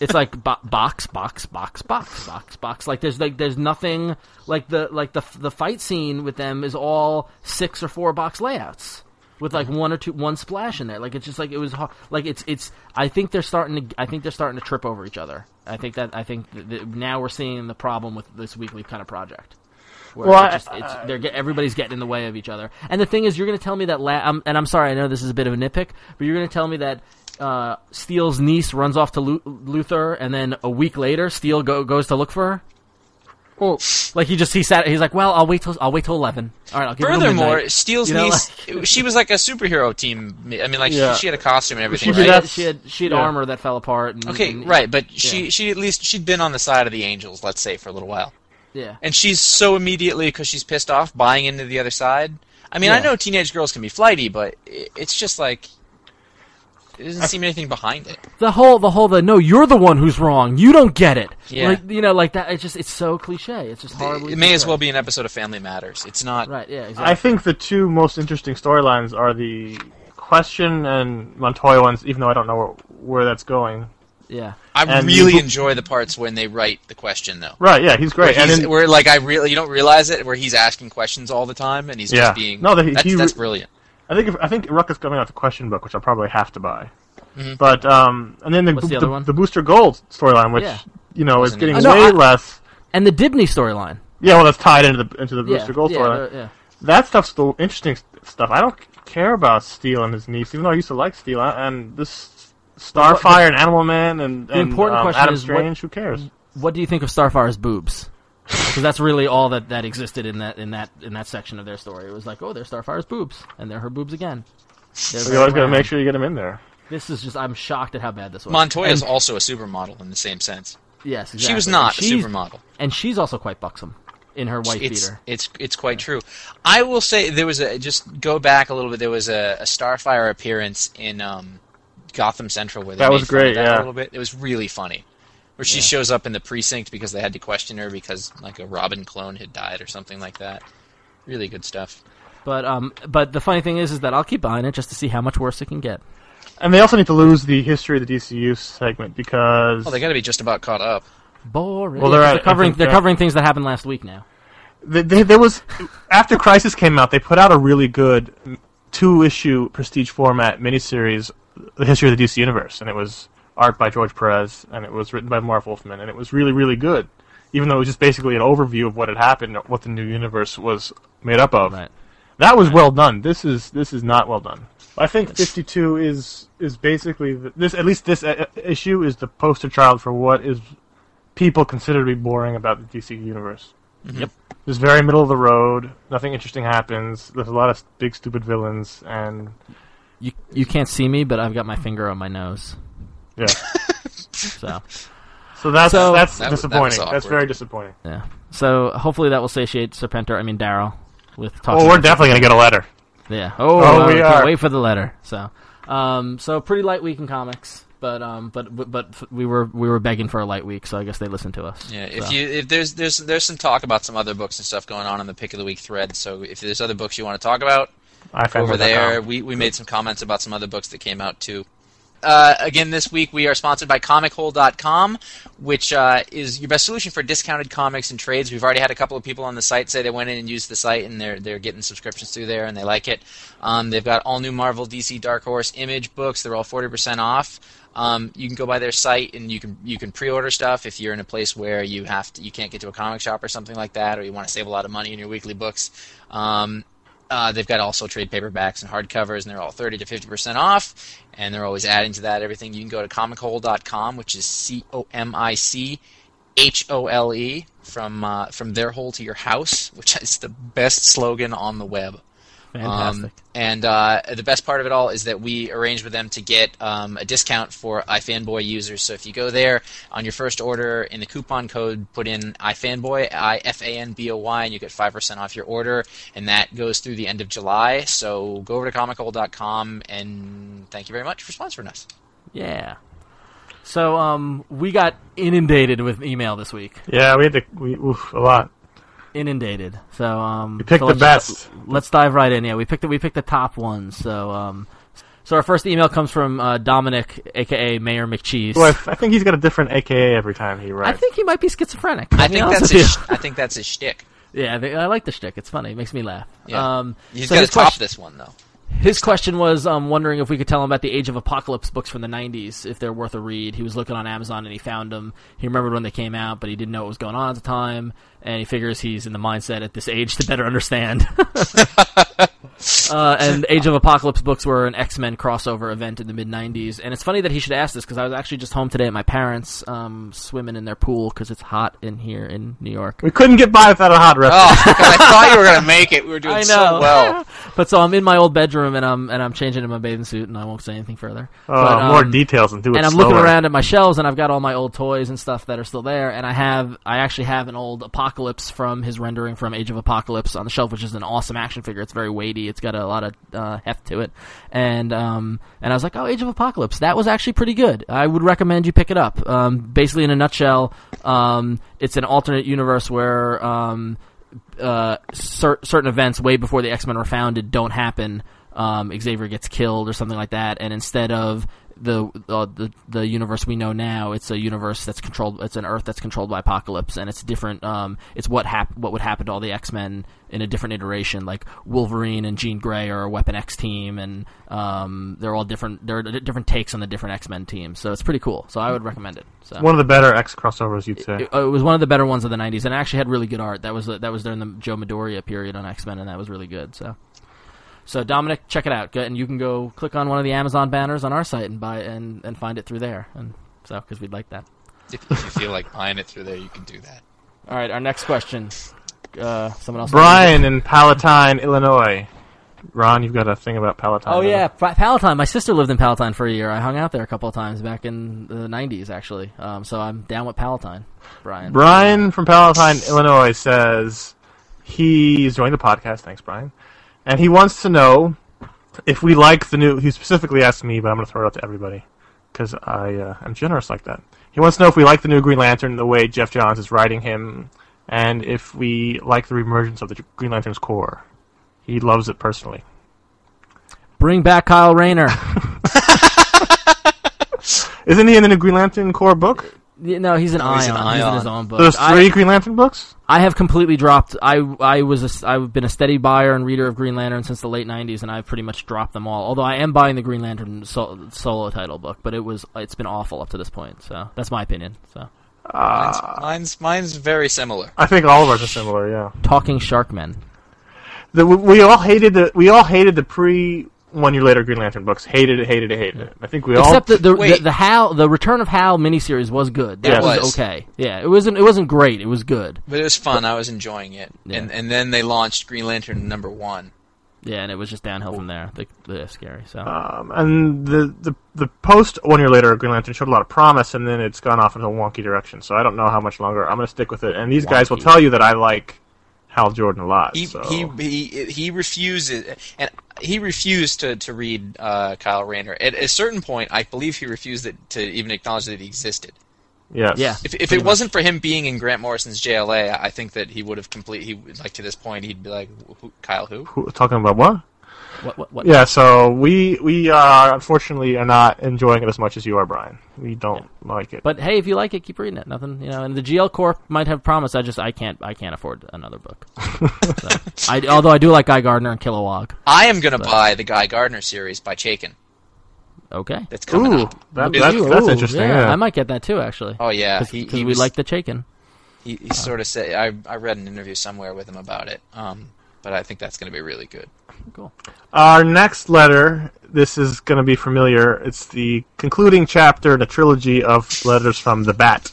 [SPEAKER 3] it's like bo- box, box, box, box, box, box. Like there's like there's nothing like the like the the fight scene with them is all six or four box layouts with like one or two one splash in there. Like it's just like it was ho- like it's it's. I think they're starting to I think they're starting to trip over each other. I think that I think that, that now we're seeing the problem with this weekly kind of project. Where
[SPEAKER 1] Well,
[SPEAKER 3] it
[SPEAKER 1] I-
[SPEAKER 3] just, it's, they're get, everybody's getting in the way of each other. And the thing is, you're going to tell me that, la- um, and I'm sorry, I know this is a bit of a nitpick, but you're going to tell me that uh, Steele's niece runs off to Lu- Luther, and then a week later, Steele go- goes to look for her.
[SPEAKER 1] Well,
[SPEAKER 3] Like he just he sat, he's like, well, I'll wait till I'll wait till eleven. All right, I'll give her
[SPEAKER 2] Furthermore, Steele's
[SPEAKER 3] You know,
[SPEAKER 2] niece, she was like a superhero team. I mean, like
[SPEAKER 1] Yeah.
[SPEAKER 2] she, she had a costume and everything.
[SPEAKER 1] She did
[SPEAKER 2] right?
[SPEAKER 3] She,
[SPEAKER 1] that's-
[SPEAKER 3] she had she had
[SPEAKER 1] yeah.
[SPEAKER 3] armor that fell apart. And,
[SPEAKER 2] Okay,
[SPEAKER 3] and-
[SPEAKER 2] right, but she she at least she'd been on the side of the angels, let's say, for a little while,
[SPEAKER 3] Yeah.
[SPEAKER 2] and she's so immediately because she's pissed off, buying into the other side. I mean, I
[SPEAKER 3] Yeah.
[SPEAKER 2] know teenage girls can be flighty, but i it's just like it doesn't seem anything behind it.
[SPEAKER 3] The whole the whole the no, you're the one who's wrong. You don't get it.
[SPEAKER 2] Yeah.
[SPEAKER 3] Like you know, like that. It's just it's so cliche. It's just horribly.
[SPEAKER 2] It may as
[SPEAKER 3] cliche.
[SPEAKER 2] well be an episode of Family Matters. It's not.
[SPEAKER 3] Right. Yeah. Exactly.
[SPEAKER 1] I think the two most interesting storylines are the question and Montoya ones, even though I don't know where, where that's going.
[SPEAKER 3] yeah.
[SPEAKER 2] I
[SPEAKER 1] And
[SPEAKER 2] really
[SPEAKER 1] you-
[SPEAKER 2] enjoy the parts when they write the question though.
[SPEAKER 1] Right, yeah, he's
[SPEAKER 2] Where,
[SPEAKER 1] great. and
[SPEAKER 2] he's-
[SPEAKER 1] then,
[SPEAKER 2] where, like I really you don't realize it where he's asking questions all the time and he's
[SPEAKER 1] Yeah.
[SPEAKER 2] just being
[SPEAKER 1] No, that he-
[SPEAKER 2] that's,
[SPEAKER 1] he re-
[SPEAKER 2] that's brilliant.
[SPEAKER 1] I think if, I think Ruck is coming out with a question book, which I'll probably have to buy. But um, and then the
[SPEAKER 3] Mm-hmm. What's the
[SPEAKER 1] the,
[SPEAKER 3] other one?
[SPEAKER 1] Booster Gold storyline, which
[SPEAKER 3] Yeah.
[SPEAKER 1] you know is
[SPEAKER 2] Wasn't
[SPEAKER 1] getting
[SPEAKER 3] it? Oh, no,
[SPEAKER 1] way
[SPEAKER 3] I-
[SPEAKER 1] less.
[SPEAKER 3] And the Dibney storyline.
[SPEAKER 1] Yeah, well, that's tied into the into the
[SPEAKER 3] Yeah.
[SPEAKER 1] Booster Gold
[SPEAKER 3] yeah,
[SPEAKER 1] storyline.
[SPEAKER 3] the- yeah.
[SPEAKER 1] That stuff's the interesting st- stuff. I don't care about Steel and his niece, even though I used to like Steel I- and this Starfire and Animal Man and, the and
[SPEAKER 3] important
[SPEAKER 1] um,
[SPEAKER 3] question
[SPEAKER 1] Adam
[SPEAKER 3] is what- Mm-hmm.
[SPEAKER 1] Strange. Who cares?
[SPEAKER 3] What do you think of Starfire's boobs? Because that's really all that, that existed in that in that in that section of their story. It was like, oh, there's Starfire's boobs, and they're her boobs again. They're
[SPEAKER 1] You always got to
[SPEAKER 3] round.
[SPEAKER 1] make sure you get him in there.
[SPEAKER 3] This is just. I'm shocked at how bad this was.
[SPEAKER 2] Montoya's
[SPEAKER 3] And-
[SPEAKER 2] also a supermodel in the same sense.
[SPEAKER 3] Yes. Exactly.
[SPEAKER 2] She was not a
[SPEAKER 3] She's-
[SPEAKER 2] supermodel.
[SPEAKER 3] and she's also quite buxom in her white
[SPEAKER 2] it's,
[SPEAKER 3] beater.
[SPEAKER 2] It's it's quite true. I will say there was a just go back a little bit. There was a, a Starfire appearance in um, Gotham Central where they
[SPEAKER 1] That
[SPEAKER 2] made
[SPEAKER 1] was
[SPEAKER 2] fun of
[SPEAKER 1] great,
[SPEAKER 2] that
[SPEAKER 1] yeah.
[SPEAKER 2] a little bit. It was really funny. Where she
[SPEAKER 3] Yeah.
[SPEAKER 2] shows up in the precinct because they had to question her because like a Robin clone had died or something like that. Really good stuff.
[SPEAKER 3] But um, but the funny thing is, is that I'll keep buying it just to see how much worse it can get.
[SPEAKER 1] And they also need to lose the history of the DCU segment because
[SPEAKER 2] Well, Oh, they got to be just about caught up.
[SPEAKER 3] Boring.
[SPEAKER 1] Well,
[SPEAKER 3] Yeah,
[SPEAKER 1] they're
[SPEAKER 3] 'cause
[SPEAKER 1] at-
[SPEAKER 3] they're covering
[SPEAKER 1] I think
[SPEAKER 3] they're
[SPEAKER 1] that-
[SPEAKER 3] covering things that happened last week now.
[SPEAKER 1] Th th there was after Crisis came out, they put out a really good two issue prestige format miniseries, the history of the DC universe, and it was art by George Perez and it was written by Marv Wolfman, and it was really really good. Even though it was just basically an overview of what had happened, what the new universe was made up of.
[SPEAKER 3] Right.
[SPEAKER 1] That was well done. This is this is not well done. I think 52 is is basically the, this at least this uh, uh, issue is the poster child for what is people consider to be boring about the DC universe.
[SPEAKER 2] Mm-hmm.
[SPEAKER 3] Yep.
[SPEAKER 1] It's very middle of the road. Nothing interesting happens. There's a lot of big stupid villains and
[SPEAKER 3] You you can't see me, but I've got my finger on my nose.
[SPEAKER 1] yeah.
[SPEAKER 3] So
[SPEAKER 1] So that's
[SPEAKER 3] So-
[SPEAKER 1] that's
[SPEAKER 2] That was- that was
[SPEAKER 1] disappointing. that's
[SPEAKER 2] awkward.
[SPEAKER 1] very disappointing.
[SPEAKER 3] yeah. So hopefully that will satiate Serpenter. I mean Daryl with talking.
[SPEAKER 1] Well, Oh, we're
[SPEAKER 3] about-
[SPEAKER 1] definitely gonna get a letter.
[SPEAKER 3] yeah. Oh,
[SPEAKER 1] Oh,
[SPEAKER 3] wow,
[SPEAKER 1] we
[SPEAKER 3] can't
[SPEAKER 1] are.
[SPEAKER 3] wait for the letter. So um, so pretty light week in comics. But um, but but- but f- we were we were begging for a light week, so I guess they listened to us.
[SPEAKER 2] Yeah, if
[SPEAKER 3] So.
[SPEAKER 2] you if there's there's there's some talk about some other books and stuff going on in the pick of the week thread. So if there's other books you want to talk about,
[SPEAKER 1] I found
[SPEAKER 2] over
[SPEAKER 1] that
[SPEAKER 2] there.
[SPEAKER 1] out.
[SPEAKER 2] We, we made some comments about some other books that came out too. Uh, again, this week we are sponsored by ComicHole.com, which uh, is your best solution for discounted comics and trades. We've already had a couple of people on the site say they went in and used the site, and they're they're getting subscriptions through there, and they like it. Um, they've got all new Marvel, DC, Dark Horse, Image books. They're all forty percent off. Um, you can go by their site and you can you can pre-order stuff if you're in a place where you have to you can't get to a comic shop or something like that, or you want to save a lot of money in your weekly books. Um, uh, they've got also trade paperbacks and hardcovers, and they're all 30 to 50% off, and they're always adding to that everything. You can go to comichole.com, which is C O M I C H O L E, from, uh, from their hole to your house, which is the best slogan on the web.
[SPEAKER 3] Fantastic.
[SPEAKER 2] Um, and uh, the best part of it all is that we arranged with them to get um, a discount for iFanboy users. So if you go there on your first order in the coupon code, put in iFanboy, I F A N B O Y, and you get 5% off your order. And that goes through the end of July. So go over to comichole.com and thank you very much for sponsoring us.
[SPEAKER 3] Yeah. So um, we got inundated with email this week.
[SPEAKER 1] Yeah, we had to we oof, a lot.
[SPEAKER 3] Inundated. So um,
[SPEAKER 1] We picked
[SPEAKER 3] so
[SPEAKER 1] the
[SPEAKER 3] let's-
[SPEAKER 1] best.
[SPEAKER 3] Let's dive right in. Yeah, we picked the, we picked the top ones. So um, so our first email comes from uh, Dominic, aka Mayor McCheese.
[SPEAKER 1] Boy, I think he's got a different AKA every time he
[SPEAKER 3] I
[SPEAKER 1] writes.
[SPEAKER 3] think he might be schizophrenic.
[SPEAKER 2] I
[SPEAKER 3] to be
[SPEAKER 2] think,
[SPEAKER 3] honest
[SPEAKER 2] that's
[SPEAKER 3] with
[SPEAKER 2] his,
[SPEAKER 3] you.
[SPEAKER 2] I think that's his shtick.
[SPEAKER 3] Yeah, I, think, I like the shtick. It's funny. It makes me laugh.
[SPEAKER 2] Yeah.
[SPEAKER 3] Um,
[SPEAKER 2] He's
[SPEAKER 3] so
[SPEAKER 2] got to
[SPEAKER 3] his
[SPEAKER 2] top
[SPEAKER 3] question-
[SPEAKER 2] this one, though.
[SPEAKER 3] His question was um, wondering if we could tell him about the Age of Apocalypse books from the 90s, if they're worth a read. He was looking on Amazon and he found them. He remembered when they came out, but he didn't know what was going on at the time. And he figures he's in the mindset at this age to better understand. uh, and Age of Apocalypse books were an X Men crossover event in the mid 90s. And it's funny that he should ask this because I was actually just home today at my parents' um, swimming in their pool because it's hot in here in New York.
[SPEAKER 1] We couldn't get by without a hot
[SPEAKER 2] Oh,
[SPEAKER 1] rest.
[SPEAKER 2] God, I thought you were gonna make it. We were doing
[SPEAKER 3] I know.
[SPEAKER 2] so well.
[SPEAKER 3] but so I'm in my old bedroom and I'm and I'm changing in my bathing suit and I won't say anything further.
[SPEAKER 1] Oh,
[SPEAKER 3] But, um,
[SPEAKER 1] more details and do it
[SPEAKER 3] and I'm
[SPEAKER 1] slower.
[SPEAKER 3] looking around at my shelves, and I've got all my old toys and stuff that are still there. And I have, I actually have an old Apocalypse from his rendering from Age of Apocalypse on the shelf, which is an awesome action figure. It's very weighty. It's got a lot of uh, heft to it. And um, and I was like, oh, Age of Apocalypse, that was actually pretty good. I would recommend you pick it up. Um, basically, in a nutshell, um, it's an alternate universe where. Um, uh, cer- certain events way before the X Men were founded don't happen. Um, Xavier gets killed or something like that, and instead of the, uh, the the universe we know now, it's a universe that's controlled. It's an Earth that's controlled by Apocalypse, and it's different. Um, it's what hap- what would happen to all the X Men in a different iteration. Like Wolverine and Jean Grey are a Weapon X team, and um, they're all different. They're d- different takes on the different X Men teams, so it's pretty cool. So I would recommend it. So
[SPEAKER 1] One of the better X crossovers, you'd say.
[SPEAKER 3] it, it was one of the better ones of the '90s, and it actually had really good art. That was that was during the Joe Midoriya period on X Men, and that was really good. So, so Dominic, check it out, Go- and you can go click on one of the Amazon banners on our site and buy and and find it through there, and so because we'd like that.
[SPEAKER 2] If, if you feel like buying it through there, you can do that.
[SPEAKER 3] All right, our next question. Uh, someone else.
[SPEAKER 1] Brian in Palatine, Illinois. Ron, you've got a thing about Palatine.
[SPEAKER 3] Oh
[SPEAKER 1] haven't
[SPEAKER 3] yeah, Pa- Palatine. My sister lived in Palatine for a year. I hung out there a couple of times back in the '90s, actually. Um, so I'm down with Palatine, Brian.
[SPEAKER 1] you? Brian from Palatine, Illinois says he's joined the podcast. Thanks, Brian. And he wants to know if we like the new. He specifically asked me, but I'm going to throw it out to everybody because I uh, am generous like that. He wants to know if we like the new Green Lantern, the way Jeff Johns is writing him, and if we like the reemergence of the Green Lantern's core. He loves it personally.
[SPEAKER 3] Bring back Kyle Rayner.
[SPEAKER 1] Isn't he in the new Green Lantern core book?
[SPEAKER 3] Y- no, he's an
[SPEAKER 2] Oh,
[SPEAKER 3] ion.
[SPEAKER 2] he's
[SPEAKER 3] He's,
[SPEAKER 2] an
[SPEAKER 3] in
[SPEAKER 2] Ion.
[SPEAKER 3] his own book.
[SPEAKER 1] There's
[SPEAKER 3] I-
[SPEAKER 1] three Green Lantern books.
[SPEAKER 3] I have completely dropped. I I was i I've been a steady buyer and reader of Green Lantern since the late '90s, and I've pretty much dropped them all. Although I am buying the Green Lantern sol- solo title book, but it was it's been awful up to this point. So that's my opinion. So
[SPEAKER 2] Mine's, mine's mine's very similar.
[SPEAKER 1] I think all of ours are similar. Yeah,
[SPEAKER 3] talking Sharkmen.
[SPEAKER 1] the, we, we all hated the we all hated the pre one year later Green Lantern books. Hated it, hated it, hated it. I think we all
[SPEAKER 3] Except the the, the
[SPEAKER 2] wait.
[SPEAKER 3] the Hal the Return of Hal miniseries was good. That
[SPEAKER 1] Yes.
[SPEAKER 3] was,
[SPEAKER 2] Was.
[SPEAKER 3] okay. Yeah, it wasn't it wasn't great. It was good.
[SPEAKER 2] But it was fun. I was enjoying it.
[SPEAKER 3] Yeah.
[SPEAKER 2] And and then they launched Green Lantern number one.
[SPEAKER 3] Yeah, and it was just downhill from there. The, the scary. So
[SPEAKER 1] um, and the the the post one year later Green Lantern showed a lot of promise, and then it's gone off in a wonky direction. So I don't know how much longer I'm going to stick with it. And these guys will
[SPEAKER 3] Wonky.
[SPEAKER 1] tell you that I like Hal Jordan a lot.
[SPEAKER 2] He
[SPEAKER 1] so.
[SPEAKER 2] he he he refuses and he refused to to read uh, Kyle Rayner. At a certain point, I believe he refused it, to even acknowledge that he existed.
[SPEAKER 1] yes.
[SPEAKER 3] yeah.
[SPEAKER 2] If, if
[SPEAKER 3] pretty
[SPEAKER 2] it
[SPEAKER 3] much.
[SPEAKER 2] wasn't for him being in Grant Morrison's JLA, I think that he would have complete. He would- like to this point, he'd be like, who, "Kyle, who?"
[SPEAKER 1] Who- talking about what?
[SPEAKER 3] what, what, what?
[SPEAKER 1] Yeah, so we we uh, unfortunately are not enjoying it as much as you are, Brian. We don't like it.
[SPEAKER 3] But hey, if you like it, keep reading it. Nothing, you know. And the GL Corp might have promise. I just I can't I can't afford another book. So, I, although I do like Guy Gardner and Kilowog.
[SPEAKER 2] I am gonna buy the Guy Gardner series by Chaikin.
[SPEAKER 3] Okay.
[SPEAKER 2] That's coming
[SPEAKER 1] Ooh,
[SPEAKER 2] up.
[SPEAKER 1] that,
[SPEAKER 2] Look at
[SPEAKER 1] that's,
[SPEAKER 2] you.
[SPEAKER 1] that's
[SPEAKER 3] Ooh,
[SPEAKER 1] interesting.
[SPEAKER 3] Yeah,
[SPEAKER 1] yeah.
[SPEAKER 3] I might get that too. Actually.
[SPEAKER 2] Oh yeah,
[SPEAKER 3] Cause,
[SPEAKER 2] he,
[SPEAKER 3] 'cause
[SPEAKER 2] he
[SPEAKER 3] we
[SPEAKER 2] was-
[SPEAKER 3] like the chicken.
[SPEAKER 2] He,
[SPEAKER 3] Uh-huh.
[SPEAKER 2] he sort of said I I read an interview somewhere with him about it. Um, but I think that's going to be really good.
[SPEAKER 3] Cool.
[SPEAKER 1] Our next letter, this is going to be familiar. It's the concluding chapter in a trilogy of letters from the Bat,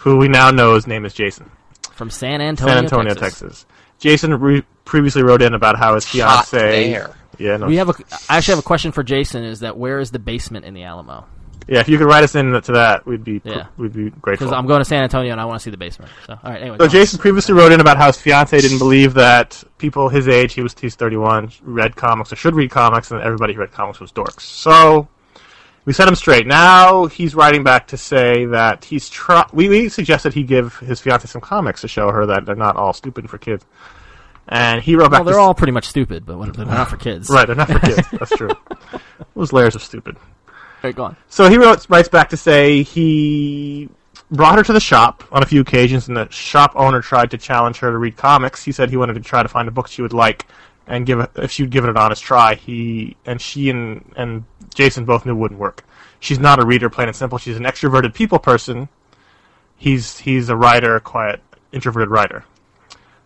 [SPEAKER 1] who we now know his name is Jason.
[SPEAKER 3] From San Antonio,
[SPEAKER 1] San Antonio, Texas. Jason re- previously wrote in about how his fiance.
[SPEAKER 2] Hot there.
[SPEAKER 1] Yeah, no.
[SPEAKER 3] We have a. I actually have a question for Jason. Is that where is the basement in the Alamo?
[SPEAKER 1] yeah, if you could write us in to that, we'd be
[SPEAKER 3] Yeah.
[SPEAKER 1] we'd be
[SPEAKER 3] Because
[SPEAKER 1] grateful.
[SPEAKER 3] I'm going to San Antonio and I want to see the basement. So all right. Anyway. go
[SPEAKER 1] So
[SPEAKER 3] on.
[SPEAKER 1] Jason previously wrote in about how his fiance didn't believe that people his age, he was he's 31, read comics or should read comics, and that everybody who read comics was dorks. So we set him straight. Now he's writing back to say that he's try. We, we suggested he give his fiance some comics to show her that they're not all stupid for kids. And he wrote back.
[SPEAKER 3] Well, they're
[SPEAKER 1] to s-
[SPEAKER 3] all pretty much stupid, but what- they're not for kids.
[SPEAKER 1] right. They're not for kids. That's true. Those layers of stupid.
[SPEAKER 3] All right, go on.
[SPEAKER 1] So he wrote, writes back to say he brought her to the shop on a few occasions, and the shop owner tried to challenge her to read comics. He said he wanted to try to find a book she would like, and give it, if she'd given it an honest try, he and she and and Jason both knew it wouldn't work. She's not a reader, plain and simple. She's an extroverted people person. He's he's a writer, quiet introverted writer.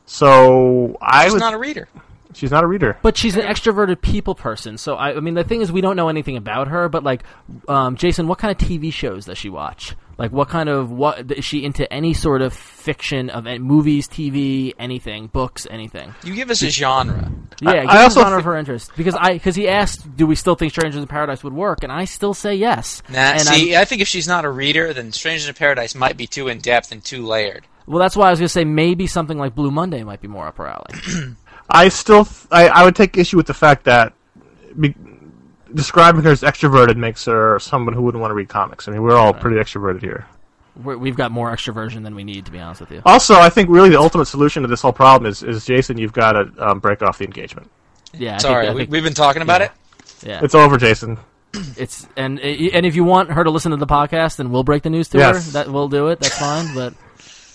[SPEAKER 1] So I
[SPEAKER 2] She's
[SPEAKER 1] would.
[SPEAKER 2] not a reader.
[SPEAKER 1] she's not a reader.
[SPEAKER 3] But she's an extroverted people person, so I, I mean, the thing is, we don't know anything about her. But like, um, Jason, what kind of TV shows does she watch? Like, what kind of what is she into? Any sort of fiction of any, movies, TV, anything, books, anything?
[SPEAKER 2] You give us a genre.
[SPEAKER 3] Yeah,
[SPEAKER 1] I-
[SPEAKER 3] give
[SPEAKER 1] I
[SPEAKER 3] us
[SPEAKER 1] also
[SPEAKER 3] honor
[SPEAKER 1] thi-
[SPEAKER 3] of her interest because I because he asked, do we still think Strangers in Paradise would work? And I still say yes.
[SPEAKER 2] Nah,
[SPEAKER 3] and
[SPEAKER 2] see,
[SPEAKER 3] I'm-
[SPEAKER 2] i think if she's not a reader, then Strangers in Paradise might be too in depth and too layered.
[SPEAKER 3] well, that's why I was gonna say maybe something like Blue Monday might be more up her alley.
[SPEAKER 1] I still th- I I would take issue with the fact that be, describing her as extroverted makes her someone who wouldn't want to read comics. I mean, we're all pretty extroverted here.
[SPEAKER 3] We're, we've got more extroversion than we need, to be honest with you.
[SPEAKER 1] Also, I think really the ultimate solution to this whole problem is, is Jason, you've got to um, break off the engagement.
[SPEAKER 3] Yeah, I
[SPEAKER 2] Sorry,
[SPEAKER 3] think, I
[SPEAKER 2] we,
[SPEAKER 3] think-
[SPEAKER 2] we've been talking about
[SPEAKER 3] yeah.
[SPEAKER 2] it.
[SPEAKER 3] yeah.
[SPEAKER 1] It's over, Jason.
[SPEAKER 3] It's and and if you want her to listen to the podcast, then we'll break the news to
[SPEAKER 1] Yes.
[SPEAKER 3] her. That we'll do it. That's fine. But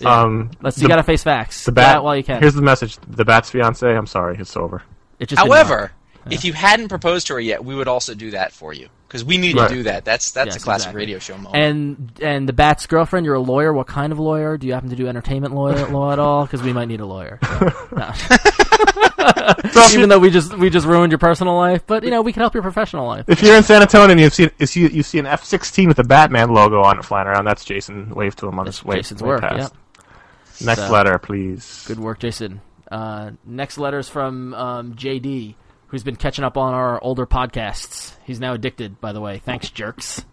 [SPEAKER 3] yeah.
[SPEAKER 1] Um,
[SPEAKER 3] let's
[SPEAKER 1] the-
[SPEAKER 3] you gotta face facts.
[SPEAKER 1] The
[SPEAKER 3] Get
[SPEAKER 1] bat.
[SPEAKER 3] out while you can.
[SPEAKER 1] Here's the message: the bat's fiance. I'm sorry, it's over.
[SPEAKER 3] It just didn't work.
[SPEAKER 2] However, if you hadn't proposed to her yet, we would also do that for you because we need
[SPEAKER 1] Right.
[SPEAKER 2] to do that. That's that's
[SPEAKER 3] Yes,
[SPEAKER 2] a classic
[SPEAKER 3] exactly.
[SPEAKER 2] radio show moment.
[SPEAKER 3] and and the bat's girlfriend, you're a lawyer. What kind of lawyer? Do you happen to do entertainment lawyer, law at all? Because we might need a lawyer. So, no.
[SPEAKER 1] So if, you,
[SPEAKER 3] Even though we just we just ruined your personal life, but you know we can help your professional life.
[SPEAKER 1] if you're in San Antonio and you see you see, you see an F-16 with the Batman logo on it flying around, that's Jason. Wave to him on his way.
[SPEAKER 3] Jason's
[SPEAKER 1] way
[SPEAKER 3] work.
[SPEAKER 1] past.
[SPEAKER 3] Yep.
[SPEAKER 1] Next
[SPEAKER 3] So-
[SPEAKER 1] letter, please.
[SPEAKER 3] Good work, Jason. Uh, next letter's from um, JD, who's been catching up on our older podcasts. He's now addicted, by the way. Thanks, jerks.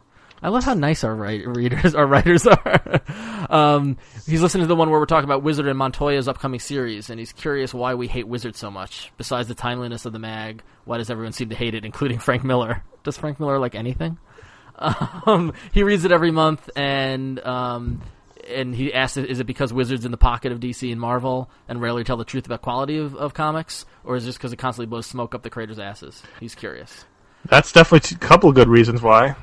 [SPEAKER 3] I love how nice our write- readers, our writers are. um, he's listening to the one where we're talking about Wizard and Montoya's upcoming series, and he's curious why we hate Wizard so much. Besides the timeliness of the mag, why does everyone seem to hate it, including Frank Miller? Does Frank Miller like anything? um, he reads it every month, and um, and he asks, "Is it because Wizards in the pocket of DC and Marvel, and rarely tell the truth about quality of, of comics, or is it just because it constantly blows smoke up the creators' asses?" He's curious.
[SPEAKER 1] That's definitely a couple of good reasons why.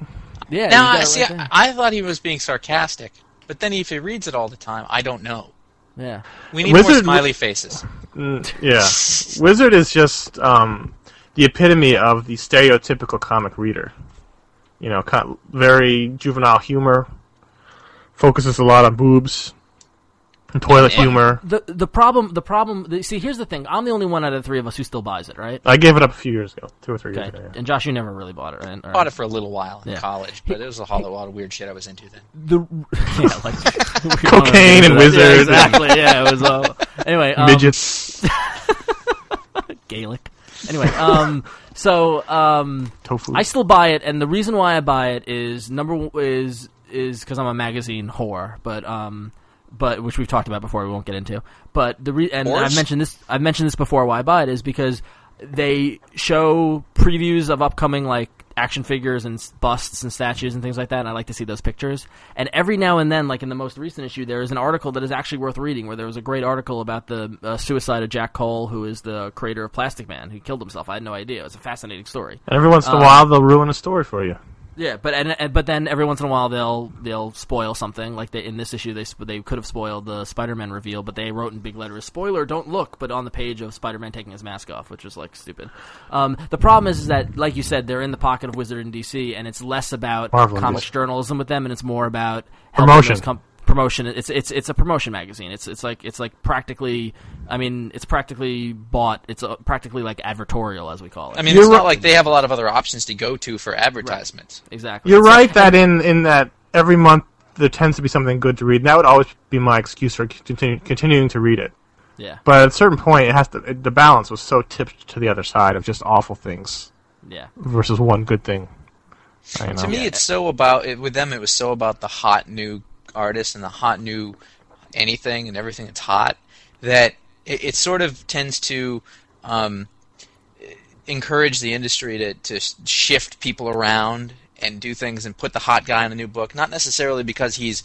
[SPEAKER 3] Yeah.
[SPEAKER 2] now, I see, I, I thought he was being sarcastic, but then if he reads it all the time, I don't know.
[SPEAKER 3] yeah.
[SPEAKER 2] We need more
[SPEAKER 1] Wizard-
[SPEAKER 2] smiley faces.
[SPEAKER 1] Mm, yeah, Wizard is just um, the epitome of the stereotypical comic reader. You know, kind very juvenile humor. Focuses a lot on boobs and toilet
[SPEAKER 2] Yeah.
[SPEAKER 1] humor.
[SPEAKER 3] The the problem the problem the, see here's the thing I'm the only one out of the three of us who still buys it right
[SPEAKER 1] I gave it up a few years ago, two or three
[SPEAKER 3] okay
[SPEAKER 1] years ago. yeah.
[SPEAKER 3] and Josh you never really bought it right All
[SPEAKER 2] Bought
[SPEAKER 3] right.
[SPEAKER 2] it for a little while in
[SPEAKER 3] Yeah.
[SPEAKER 2] college, but it was a whole lot of weird shit I was into then.
[SPEAKER 3] the yeah, like
[SPEAKER 1] Cocaine and
[SPEAKER 3] Yeah,
[SPEAKER 1] wizards and-
[SPEAKER 3] exactly yeah it was all anyway um,
[SPEAKER 1] Midgets,
[SPEAKER 3] Gaelic. Anyway, um, so um,
[SPEAKER 1] tofu.
[SPEAKER 3] I still buy it, and the reason why I buy it is number one- is is because I'm a magazine whore, but um, but which we've talked about before, we won't get into. But the re- and
[SPEAKER 2] Whores?
[SPEAKER 3] I've mentioned this I've mentioned this before. Why I buy it is because they show previews of upcoming like action figures and s- busts and statues and things like that and i like to see those pictures and every now and then like in the most recent issue there is an article that is actually worth reading where there was a great article about the uh, suicide of jack cole who is the creator of plastic man who killed himself i had no idea it was a fascinating story
[SPEAKER 1] and every once in a
[SPEAKER 3] um,
[SPEAKER 1] while, they'll ruin a story for you.
[SPEAKER 3] yeah, but and, and- but then every once in a while they'll they'll spoil something. Like they, in this issue, they sp- they could have spoiled the Spider-Man reveal, but they wrote in big letters "spoiler, don't look," but on the page of Spider-Man taking his mask off, which was like stupid. Um, the problem is, is that, like you said, they're in the pocket of Wizard and DC, and it's less about
[SPEAKER 1] Marvel and
[SPEAKER 3] comics
[SPEAKER 1] DC.
[SPEAKER 3] journalism with them, and it's more about helping
[SPEAKER 1] Promotion.
[SPEAKER 3] those com- promotion. It's it's it's a promotion magazine. It's it's like it's like practically. I mean, it's practically bought. It's uh practically like advertorial, as we call it.
[SPEAKER 2] I mean,
[SPEAKER 1] You're
[SPEAKER 2] it's
[SPEAKER 1] right.
[SPEAKER 2] not like they have a lot of other options to go to for advertisements.
[SPEAKER 3] exactly.
[SPEAKER 1] You're
[SPEAKER 3] So-
[SPEAKER 1] right that in in that every month there tends to be something good to read, and that would always be my excuse for continu- continuing to read it.
[SPEAKER 3] Yeah.
[SPEAKER 1] But at a certain point, it has to. It, the balance was so tipped to the other side of just awful things
[SPEAKER 3] Yeah.
[SPEAKER 1] versus one good thing. I don't know.
[SPEAKER 2] To me, it's so about it, with them. It was so about the hot new artist and the hot new anything and everything that's hot that it, it sort of tends to um, encourage the industry to to shift people around and do things and put the hot guy in a new book, not necessarily because he's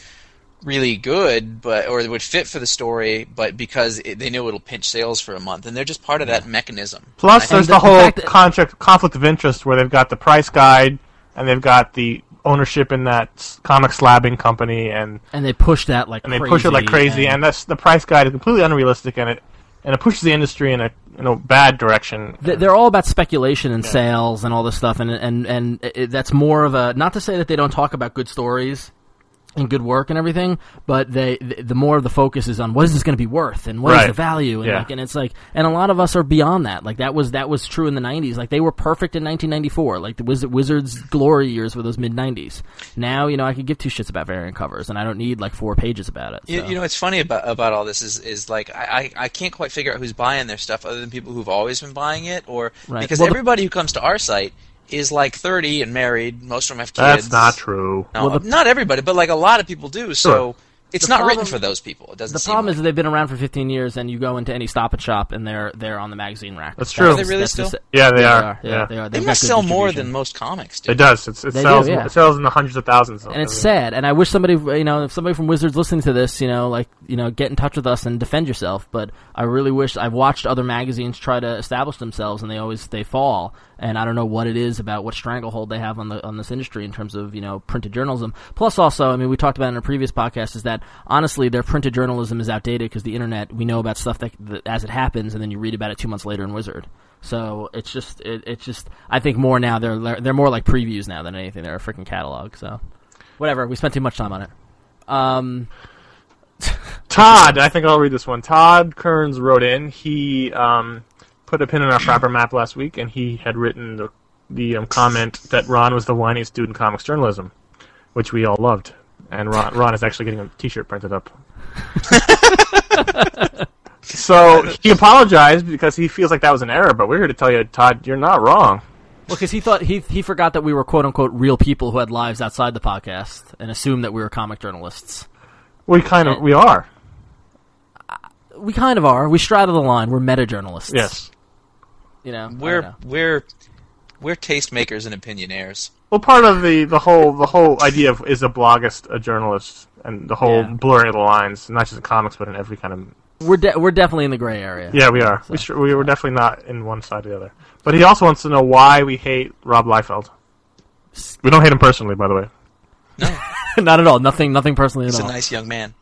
[SPEAKER 2] really good, but or would fit for the story, but because it, they know it'll pinch sales for a month, and they're just part of that mechanism.
[SPEAKER 1] Plus, there's
[SPEAKER 3] the-
[SPEAKER 1] the,
[SPEAKER 3] the
[SPEAKER 1] whole
[SPEAKER 3] fact that-
[SPEAKER 1] contract conflict of interest where they've got the price guide and they've got the ownership in that s- comic slabbing company, and
[SPEAKER 3] and they push that like
[SPEAKER 1] and they push it like crazy, and,
[SPEAKER 3] and
[SPEAKER 1] that's the price guide is completely unrealistic, and it and it pushes the industry in a in a bad direction.
[SPEAKER 3] Th- They're all about speculation and sales and all this stuff, and and and it, that's more of a not to say that they don't talk about good stories and good work and everything, but they th- the more of the focus is on what is this going to be worth and what is
[SPEAKER 1] Right.
[SPEAKER 3] the value, and
[SPEAKER 1] Yeah.
[SPEAKER 3] like, and it's like, and a lot of us are beyond that. Like that was that was true in the '90s. Like they were perfect in 1994. Like the Wiz- Wizards' glory years were those mid '90s. Now you know I could give two shits about variant covers, and I don't need like four pages about it.
[SPEAKER 2] You,
[SPEAKER 3] so.
[SPEAKER 2] you know what's funny about about all this is is like I, I I can't quite figure out who's buying their stuff other than people who've always been buying it or
[SPEAKER 3] Right.
[SPEAKER 2] because
[SPEAKER 3] Well, the-
[SPEAKER 2] everybody who comes to our site is like 30 and married most of them have kids
[SPEAKER 1] That's not true.
[SPEAKER 2] no,
[SPEAKER 3] Well, the-
[SPEAKER 2] not everybody but like a lot of people do so
[SPEAKER 1] Sure.
[SPEAKER 2] it's
[SPEAKER 3] The
[SPEAKER 2] not
[SPEAKER 3] problem-
[SPEAKER 2] written for those people it doesn't
[SPEAKER 3] The
[SPEAKER 2] seem
[SPEAKER 3] problem
[SPEAKER 2] like.
[SPEAKER 3] is that they've been around for 15 years, and you go into any Stop and Shop, and they're they're on the magazine rack.
[SPEAKER 1] That's true. Are
[SPEAKER 2] they really still?
[SPEAKER 3] just it.
[SPEAKER 1] Yeah, they are.
[SPEAKER 3] Yeah,
[SPEAKER 1] Yeah.
[SPEAKER 3] they are.
[SPEAKER 2] they
[SPEAKER 3] They've
[SPEAKER 2] must
[SPEAKER 3] got good
[SPEAKER 2] sell more
[SPEAKER 3] distribution.
[SPEAKER 2] than most comics do
[SPEAKER 1] It does. It's, it
[SPEAKER 3] They do,
[SPEAKER 1] sells.
[SPEAKER 3] yeah.
[SPEAKER 1] It sells in the hundreds of thousands.
[SPEAKER 3] And it's sad. And I wish somebody, you know, if somebody from Wizards listening to this, you know, like, you know, get in touch with us and defend yourself. But I really wish I've watched other magazines try to establish themselves, and they always they fall. And I don't know what it is about what stranglehold they have on the on this industry in terms of you know printed journalism. Plus, also, I mean, we talked about in a previous podcast is that honestly, their printed journalism is outdated because the internet we know about stuff that, that as it happens, and then you read about it two months later in Wizard. So it's just it, it's just I think more now they're they're more like previews now than anything. They're a freaking catalog. So whatever. We spent too much time on it. Um,
[SPEAKER 1] Todd, I think I'll read this one. Todd Kearns wrote in. He um, put a pin in our flapper map last week, and he had written the, the um, comment that Ron was the whiniest dude in comics journalism, which we all loved. And Ron, Ron is actually getting a T-shirt printed up. so he apologized because he feels like that was an error, but we're here to tell you, Todd, you're not wrong.
[SPEAKER 3] well, because he thought he he forgot that we were quote unquote real people who had lives outside the podcast and assumed that we were comic journalists.
[SPEAKER 1] We kind of we are.
[SPEAKER 3] We kind of are. We straddle the line. We're meta journalists.
[SPEAKER 1] Yes.
[SPEAKER 3] you know I don't
[SPEAKER 2] we're
[SPEAKER 3] know.
[SPEAKER 2] we're we're tastemakers and opinionaires
[SPEAKER 1] Well, part of the, the whole the whole idea of is a bloggist a journalist, and the whole
[SPEAKER 3] Yeah.
[SPEAKER 1] blurring of the lines, not just in comics but in every kind of.
[SPEAKER 3] we're de- we're definitely in the gray area.
[SPEAKER 1] Yeah, we are. We sure, we were definitely not in one side or the other. But he also wants to know why we hate Rob Liefeld. We don't hate him personally, by the way.
[SPEAKER 2] no
[SPEAKER 3] not at all. Nothing nothing personally at
[SPEAKER 2] he's a
[SPEAKER 3] all.
[SPEAKER 2] nice young man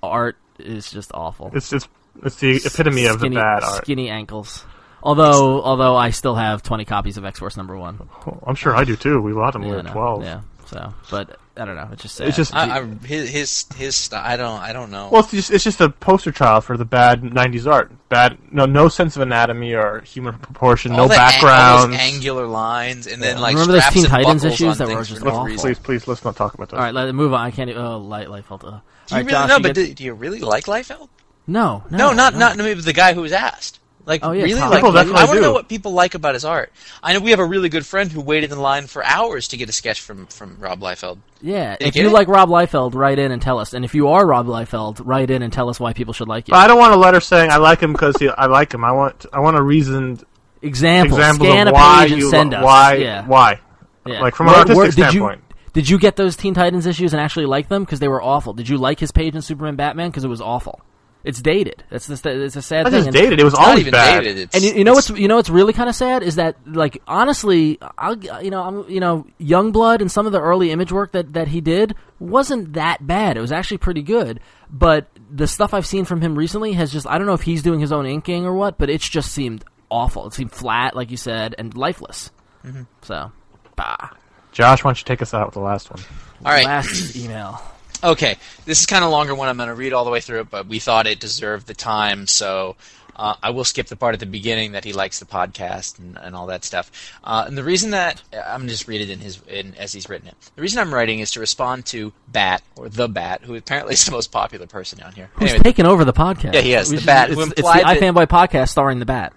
[SPEAKER 3] Art is just awful.
[SPEAKER 1] It's it's it's the epitome of the
[SPEAKER 3] skinny,
[SPEAKER 1] bad art.
[SPEAKER 3] Skinny ankles. Although although I still have twenty copies of X Force number one.
[SPEAKER 1] Oh, I'm sure I do too. We loved him when
[SPEAKER 3] Yeah,
[SPEAKER 1] we
[SPEAKER 3] I
[SPEAKER 1] were
[SPEAKER 3] know.
[SPEAKER 1] twelve.
[SPEAKER 3] Yeah. So, but I don't know. It's just sad.
[SPEAKER 1] It's just
[SPEAKER 2] I, I, his his his st- I don't I don't know
[SPEAKER 1] well, it's just it's just a poster child for the bad '90s art. Bad, no no sense of anatomy or human proportion,
[SPEAKER 2] all
[SPEAKER 1] no
[SPEAKER 2] that ang- all
[SPEAKER 1] background.
[SPEAKER 2] those angular lines, and then like
[SPEAKER 3] Remember those
[SPEAKER 2] straps
[SPEAKER 3] Teen
[SPEAKER 2] and
[SPEAKER 3] Titans
[SPEAKER 2] buckles
[SPEAKER 3] issues
[SPEAKER 2] on
[SPEAKER 3] that
[SPEAKER 2] things
[SPEAKER 3] were
[SPEAKER 2] for
[SPEAKER 3] just
[SPEAKER 2] no
[SPEAKER 3] awful?
[SPEAKER 1] Let's-
[SPEAKER 2] reason.
[SPEAKER 1] please please let's not talk about those.
[SPEAKER 3] all right. Let move on. I can't. e- Oh, light light felt. Uh,
[SPEAKER 2] Do you really know? But do, do you really like Liefeld?
[SPEAKER 3] No, no,
[SPEAKER 2] No, not not maybe the guy who was asked. Like
[SPEAKER 3] Oh, yeah,
[SPEAKER 2] really,
[SPEAKER 3] Todd.
[SPEAKER 2] like
[SPEAKER 1] People
[SPEAKER 2] I
[SPEAKER 1] definitely
[SPEAKER 2] want to
[SPEAKER 1] do.
[SPEAKER 2] know what people like about his art. I know we have a really good friend who waited in line for hours to get a sketch from from Rob Liefeld.
[SPEAKER 3] Yeah,
[SPEAKER 2] Did
[SPEAKER 3] if
[SPEAKER 2] you
[SPEAKER 3] you
[SPEAKER 2] get it?
[SPEAKER 3] like Rob Liefeld, write in and tell us. And if you are Rob Liefeld, write in and tell us why people should like you.
[SPEAKER 1] But I don't want a letter saying I like him because I like him. I want I want a reasoned
[SPEAKER 3] Examples.
[SPEAKER 1] example
[SPEAKER 3] Scan
[SPEAKER 1] of
[SPEAKER 3] a
[SPEAKER 1] why
[SPEAKER 3] page and
[SPEAKER 1] you
[SPEAKER 3] send us.
[SPEAKER 1] why
[SPEAKER 3] yeah.
[SPEAKER 1] why
[SPEAKER 3] yeah.
[SPEAKER 1] like from
[SPEAKER 3] Where-
[SPEAKER 1] an artistic
[SPEAKER 3] where- did
[SPEAKER 1] standpoint.
[SPEAKER 3] You, did you get those Teen Titans issues and actually like them because they were awful? Did you like his page in Superman Batman because it was awful? It's dated. That's the, it's a sad
[SPEAKER 1] Not
[SPEAKER 3] thing.
[SPEAKER 1] just
[SPEAKER 3] and-
[SPEAKER 1] dated. It was
[SPEAKER 2] Not
[SPEAKER 1] always
[SPEAKER 2] even
[SPEAKER 1] bad.
[SPEAKER 2] dated. It's,
[SPEAKER 3] And you, you know
[SPEAKER 2] it's-
[SPEAKER 3] what's you know what's really kind of sad is that like honestly, I'll you know I'm you know Youngblood and some of the early image work that that he did wasn't that bad. It was actually pretty good. But the stuff I've seen from him recently has just I don't know if he's doing his own inking or what, but it's just seemed awful. It seemed flat, like you said, and lifeless.
[SPEAKER 1] Mm-hmm.
[SPEAKER 3] So, bah.
[SPEAKER 1] Josh, why don't you take us out with the last one?
[SPEAKER 2] all right.
[SPEAKER 3] Last email.
[SPEAKER 2] Okay, this is kind of longer one. I'm going to read all the way through, but we thought it deserved the time, so uh, I will skip the part at the beginning that he likes the podcast and, and all that stuff. Uh, and the reason that I'm gonna just read it in his in, as he's written it. The reason I'm writing is to respond to Bat or the Bat, who apparently is the most popular person on here.
[SPEAKER 3] Who's
[SPEAKER 2] Anyway,
[SPEAKER 3] taken over the podcast?
[SPEAKER 2] Yeah, he has.
[SPEAKER 3] We
[SPEAKER 2] The Bat,
[SPEAKER 3] It's,
[SPEAKER 2] who
[SPEAKER 3] it's the
[SPEAKER 2] implied that-
[SPEAKER 3] iFanboy podcast starring the Bat.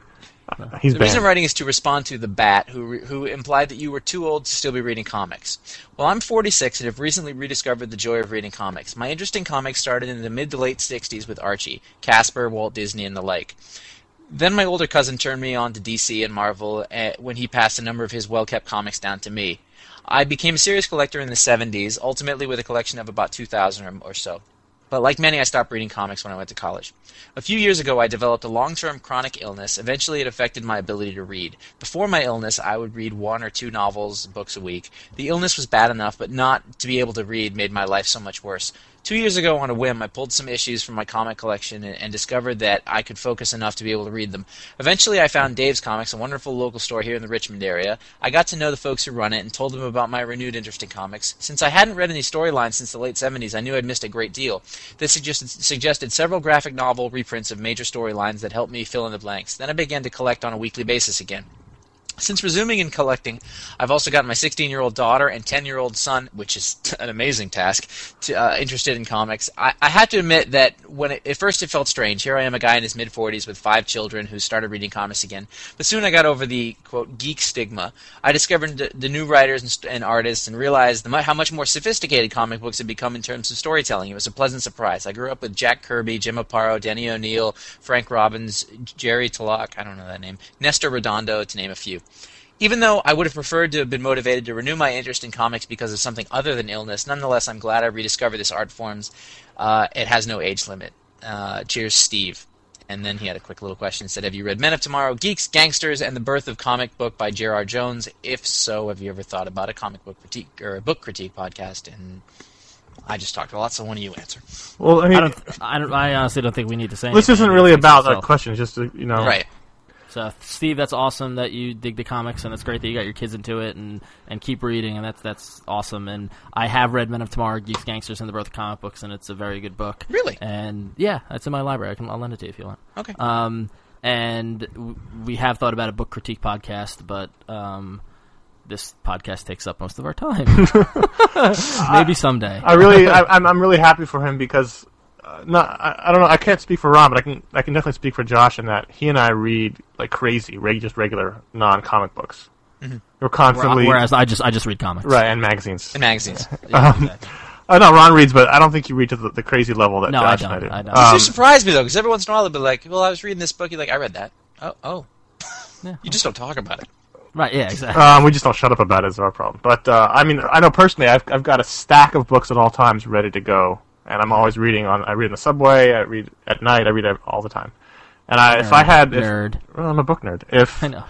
[SPEAKER 1] He's
[SPEAKER 2] The reason I'm
[SPEAKER 1] banned.
[SPEAKER 2] writing is to respond to the bat who re- who implied that you were too old to still be reading comics. Well, I'm 46 and have recently rediscovered the joy of reading comics. My interest in comics started in the mid to late 60s with Archie, Casper, Walt Disney, and the like. Then my older cousin turned me on to DC and Marvel eh, when he passed a number of his well-kept comics down to me. I became a serious collector in the 70s, ultimately with a collection of about 2,000 or, or so. But like many, I stopped reading comics when I went to college. A few years ago, I developed a long term chronic illness. Eventually, it affected my ability to read. Before my illness, I would read one or two novels, books a week. The illness was bad enough, but not to be able to read made my life so much worse. two years ago on a whim, I pulled some issues from my comic collection and, and discovered that I could focus enough to be able to read them. Eventually, I found Dave's Comics, a wonderful local store here in the Richmond area. I got to know the folks who run it and told them about my renewed interest in comics. Since I hadn't read any storylines since the late 70s, I knew I'd missed a great deal. This suggested, suggested several graphic novel reprints of major storylines that helped me fill in the blanks. Then I began to collect on a weekly basis again. Since resuming and collecting, I've also got my 16 year old daughter and 10 year old son, which is t- an amazing task, to, uh, interested in comics. I, I have to admit that when it, at first it felt strange. Here I am, a guy in his mid 40s with five children who started reading comics again. But soon I got over the, quote, geek stigma. I discovered the, the new writers and, st- and artists and realized the, mu- how much more sophisticated comic books had become in terms of storytelling. It was a pleasant surprise. I grew up with Jack Kirby, Jim Aparo, Denny O'Neil, Frank Robbins, Jerry Talak, I don't know that name, Nestor Redondo, to name a few. Even though I would have preferred to have been motivated to renew my interest in comics because of something other than illness, nonetheless, I'm glad I rediscovered this art forms. Uh, it has no age limit. Uh, cheers, Steve. And then he had a quick little question. It said, "Have you read Men of Tomorrow, Geeks, Gangsters, and the Birth of Comic Book by J.R. Jones? If so, have you ever thought about a comic book critique or a book critique podcast?" And I just talked a lot, so why don't you answer?
[SPEAKER 1] Well, I mean,
[SPEAKER 3] I don't. I don't. I honestly don't think we need to say.
[SPEAKER 1] this
[SPEAKER 3] anything.
[SPEAKER 1] isn't
[SPEAKER 3] It
[SPEAKER 1] really
[SPEAKER 3] speaks
[SPEAKER 1] about
[SPEAKER 3] for
[SPEAKER 1] that
[SPEAKER 3] itself.
[SPEAKER 1] question. It's just uh, you know,
[SPEAKER 2] Right.
[SPEAKER 3] So, Steve, that's awesome that you dig the comics, and it's great that you got your kids into it, and, and keep reading, and that's that's awesome. And I have read Men of Tomorrow, Geeks, Gangsters, and the Birth of Comic Books, and it's a very good book.
[SPEAKER 2] Really?
[SPEAKER 3] And yeah, it's in my library. I can I'll lend it to you if you want.
[SPEAKER 2] Okay.
[SPEAKER 3] Um, and w- we have thought about a book critique podcast, but um, this podcast takes up most of our time. Maybe someday.
[SPEAKER 1] I really, I, I'm, I'm really happy for him because, uh, not, I, I don't know, I can't speak for Ron, but I can, I can definitely speak for Josh in that he and I read like crazy, reg, just regular non-comic books.
[SPEAKER 3] Mm-hmm.
[SPEAKER 1] We're constantly
[SPEAKER 3] Whereas I just I just read comics.
[SPEAKER 1] right and magazines.
[SPEAKER 2] In magazines.
[SPEAKER 3] Yeah, exactly.
[SPEAKER 1] Uh, no, Ron reads, but I don't think you read to the, the crazy level that
[SPEAKER 3] No, I
[SPEAKER 1] Josh
[SPEAKER 3] don't.
[SPEAKER 1] and I do.
[SPEAKER 3] I don't.
[SPEAKER 2] You
[SPEAKER 1] Um,
[SPEAKER 2] do surprise me though, because every once in a while they'll be like, "Well, I was reading this book." You're like, "I read that." Oh, oh.
[SPEAKER 3] Yeah.
[SPEAKER 2] You just don't talk about it.
[SPEAKER 3] Right. Yeah. Exactly.
[SPEAKER 1] um, we just don't shut up about it is our problem. But uh, I mean, I know personally, I've, I've got a stack of books at all times ready to go, and I'm always reading on. I read in the subway, I read at night, I read all the time. And I, if I had, if,
[SPEAKER 3] nerd.
[SPEAKER 1] well, I'm a book nerd. If
[SPEAKER 3] I know.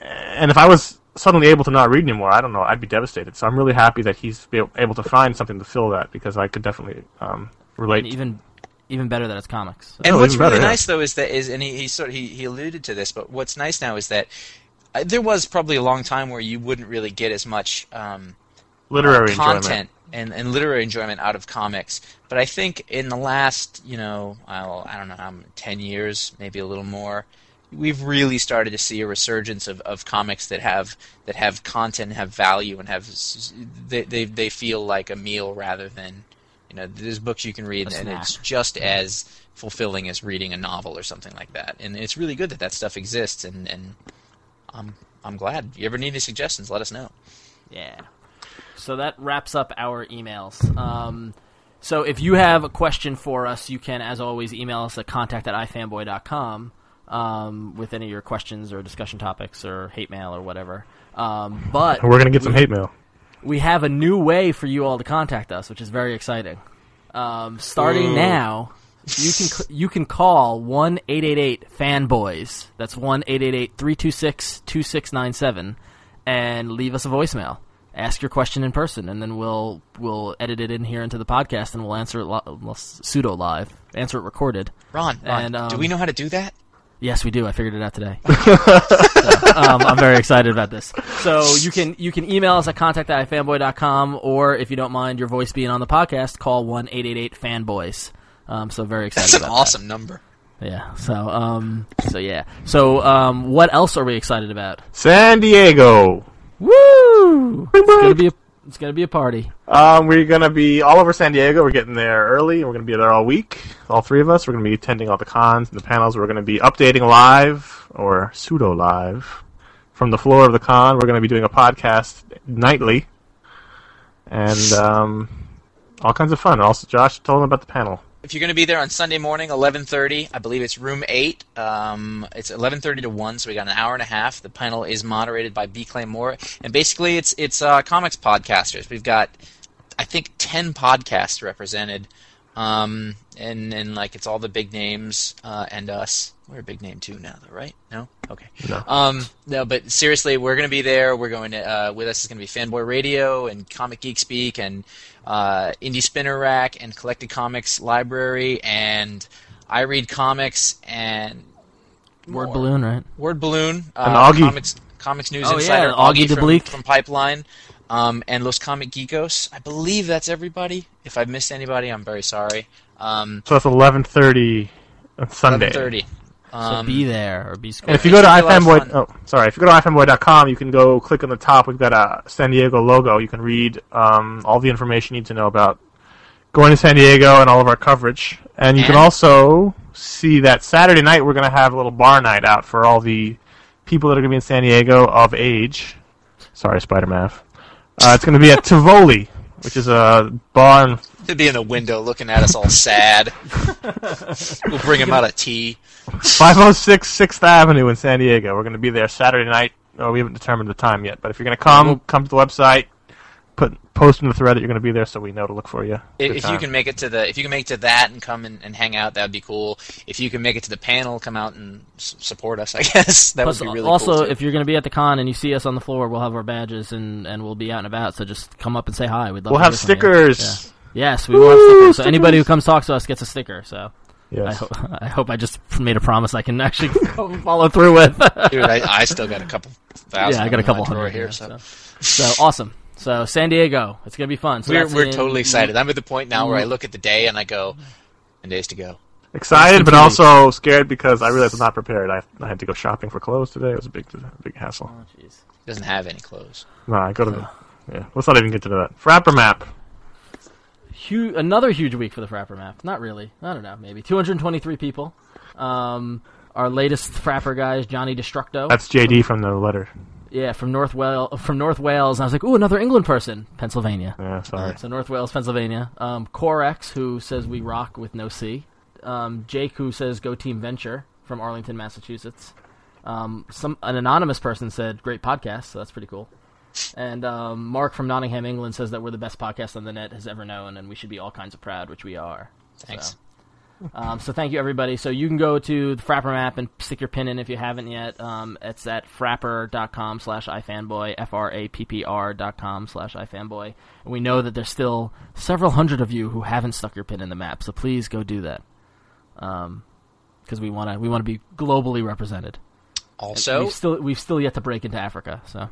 [SPEAKER 1] and if I was suddenly able to not read anymore, I don't know, I'd be devastated. So I'm really happy that he's be- able to find something to fill that because I could definitely um, relate.
[SPEAKER 3] And even even better that it's comics.
[SPEAKER 2] And
[SPEAKER 1] Oh,
[SPEAKER 2] what's
[SPEAKER 1] even better,
[SPEAKER 2] really
[SPEAKER 1] yeah.
[SPEAKER 2] nice though is that is, and he, he sort of, he he alluded to this, but what's nice now is that uh, there was probably a long time where you wouldn't really get as much um,
[SPEAKER 1] literary
[SPEAKER 2] content
[SPEAKER 1] enjoyment.
[SPEAKER 2] And, and literary enjoyment out of comics, but I think in the last you know I'll, I don't know how many- ten years, maybe a little more, we've really started to see a resurgence of, of comics that have that have content, have value, and have s- s- they, they they feel like a meal rather than you know there's books you can read
[SPEAKER 3] A
[SPEAKER 2] and
[SPEAKER 3] snack.
[SPEAKER 2] it's just as fulfilling as reading a novel or something like that. And it's really good that that stuff exists, and and I'm I'm glad. You ever need any suggestions? Let us know.
[SPEAKER 3] Yeah. So that wraps up our emails. Um, so if you have a question for us, you can, as always, email us at contact at ifanboy.com um, with any of your questions or discussion topics or hate mail or whatever. Um, but
[SPEAKER 1] We're gonna get some hate mail.
[SPEAKER 3] we have a new way for you all to contact us, which is very exciting. Um, starting
[SPEAKER 2] Ooh.
[SPEAKER 3] now, you can c- you can call one eight eight eight fanboys. That's one eight eight eight three two six two six nine seven, and leave us a voicemail. Ask your question in person, and then we'll we'll edit it in here into the podcast, and we'll answer it li- well, pseudo live, answer it recorded.
[SPEAKER 2] Ron, Ron
[SPEAKER 3] And,
[SPEAKER 2] do
[SPEAKER 3] um,
[SPEAKER 2] we know how to do that?
[SPEAKER 3] Yes, we do. I figured it out today. so, um, I'm very excited about this. So you can you can email us at contact at fanboy.com or if you don't mind your voice being on the podcast, call one eight eight eight fanboys. Um, so very excited
[SPEAKER 2] That's an
[SPEAKER 3] about
[SPEAKER 2] awesome number.
[SPEAKER 3] that. Yeah. So um so yeah. So um what else are we excited about?
[SPEAKER 1] San Diego.
[SPEAKER 3] Woo! It's gonna be a, it's gonna be a party.
[SPEAKER 1] Um, we're gonna be all over San Diego. We're getting there early. We're gonna be there all week. All three of us. We're gonna be attending all the cons and the panels. We're gonna be updating live or pseudo live from the floor of the con. We're gonna be doing a podcast nightly, and um, all kinds of fun. Also, Josh told them about the panel.
[SPEAKER 2] If you're going to be there on Sunday morning, 11:30, I believe it's room eight. Um, it's 11:30 to one, so we got an hour and a half. The panel is moderated by B. Claymore, and basically it's it's uh, comics podcasters. We've got, I think, ten podcasts represented. Um, and and like it's all the big names uh, and us. We're a big name too now, though, right? No, okay.
[SPEAKER 1] No.
[SPEAKER 2] Um, no, but seriously, we're going to be there. We're going to uh, with us is going to be Fanboy Radio and Comic Geek Speak and uh, Indie Spinner Rack and Collected Comics Library and I Read Comics and
[SPEAKER 3] Word
[SPEAKER 2] more.
[SPEAKER 3] balloon, right?
[SPEAKER 2] Word Balloon, uh,
[SPEAKER 1] And Augie.
[SPEAKER 2] Comics, Comics News
[SPEAKER 3] Oh,
[SPEAKER 2] Insider,
[SPEAKER 3] yeah, Augie
[SPEAKER 2] from-
[SPEAKER 3] DeBleek.
[SPEAKER 2] from, Pipeline, um, and Los Comic Geekos. I believe that's everybody. If I've missed anybody, I'm very sorry. Um,
[SPEAKER 1] So that's 11:30 on Sunday.
[SPEAKER 2] 11:30.
[SPEAKER 3] So
[SPEAKER 2] Um,
[SPEAKER 3] be there or be
[SPEAKER 1] And
[SPEAKER 3] square.
[SPEAKER 1] if you go to
[SPEAKER 2] It should be a lot
[SPEAKER 1] iFanboy,
[SPEAKER 2] of
[SPEAKER 1] oh, sorry, if you go to iFanboy.com, you can go click on the top. We've got a San Diego logo. You can read um, all the information you need to know about going to San Diego and all of our coverage. And you can
[SPEAKER 2] And-
[SPEAKER 1] also see that Saturday night we're going to have a little bar night out for all the people that are going to be in San Diego of age. Sorry, Spider Math. Uh, it's going to be at Tivoli, which is a bar in
[SPEAKER 2] They'd be in the window looking at us all sad. we'll bring him out a tea.
[SPEAKER 1] 506 6th oh Avenue in San Diego. We're going to be there Saturday night. Oh, we haven't determined the time yet, but if you're going to come, come to the website, put post in the thread that you're going to be there so we know to look for you. Good
[SPEAKER 2] If, if you
[SPEAKER 1] time.
[SPEAKER 2] can make it to the, if you can make it to that and come and, and hang out, that'd be cool. If you can make it to the panel, come out and s- support us. I guess that
[SPEAKER 3] Plus,
[SPEAKER 2] would be really
[SPEAKER 3] also,
[SPEAKER 2] cool. too.
[SPEAKER 3] if you're going to be at the con and you see us on the floor, we'll have our badges and, and we'll be out and about. So just come up and say hi. We'd love
[SPEAKER 1] We'll
[SPEAKER 3] to
[SPEAKER 1] have
[SPEAKER 3] hear from you.
[SPEAKER 1] stickers.
[SPEAKER 3] Yeah. Yes, we will have stickers. So anybody who comes talks to us gets a sticker. So I,
[SPEAKER 1] Yes.
[SPEAKER 3] ho- I hope I just made a promise I can actually go follow through with.
[SPEAKER 2] dude, I, I still got a couple thousand.
[SPEAKER 3] yeah, I got a
[SPEAKER 2] in my
[SPEAKER 3] couple
[SPEAKER 2] drawer
[SPEAKER 3] hundred
[SPEAKER 2] here.
[SPEAKER 3] yeah,
[SPEAKER 2] so.
[SPEAKER 3] so. So, awesome. So San Diego, it's going to be fun. So
[SPEAKER 2] we're
[SPEAKER 3] that's
[SPEAKER 2] we're
[SPEAKER 3] in-
[SPEAKER 2] totally excited. I'm at the point now where
[SPEAKER 3] Mm-hmm.
[SPEAKER 2] I look at the day and I go, ten days to go.
[SPEAKER 1] Excited, but
[SPEAKER 3] continue.
[SPEAKER 1] also scared because I realize I'm not prepared. I, I had to go shopping for clothes today. It was a big, big hassle.
[SPEAKER 3] Oh, jeez.
[SPEAKER 2] Doesn't have any clothes.
[SPEAKER 1] No, I go to the. Yeah, let's not even get to that. Frapper map.
[SPEAKER 3] Hu another huge week for the Frapper map. Not really. I don't know. Maybe 223 people. Um, our latest Frapper guy is Johnny Destructo.
[SPEAKER 1] That's JD from the letter.
[SPEAKER 3] yeah, from North Wales. From North Wales. And I was like, ooh, another England person, Pennsylvania.
[SPEAKER 1] Yeah, sorry.
[SPEAKER 3] So North Wales, Pennsylvania. Um, Corex, who says we rock with no C. Um, Jake, who says go Team Venture from Arlington, Massachusetts. Um, some an anonymous person said great podcast, so that's pretty cool. And um, Mark from Nottingham, England, says that we're the best podcast on the net has ever known, and we should be all kinds of proud, which we are.
[SPEAKER 2] Thanks.
[SPEAKER 3] So. Um, so thank you everybody. So you can go to the Frapper map and stick your pin in if you haven't yet. Um, it's at frapper.com slash ifanboy, F-R-A-P-P-R dot com slash ifanboy. And we know that there's still several hundred of you who haven't stuck your pin in the map, so please go do that. Um, because we wanna we wanna be globally represented.
[SPEAKER 2] Also,
[SPEAKER 3] We've still we've still yet to break into Africa, so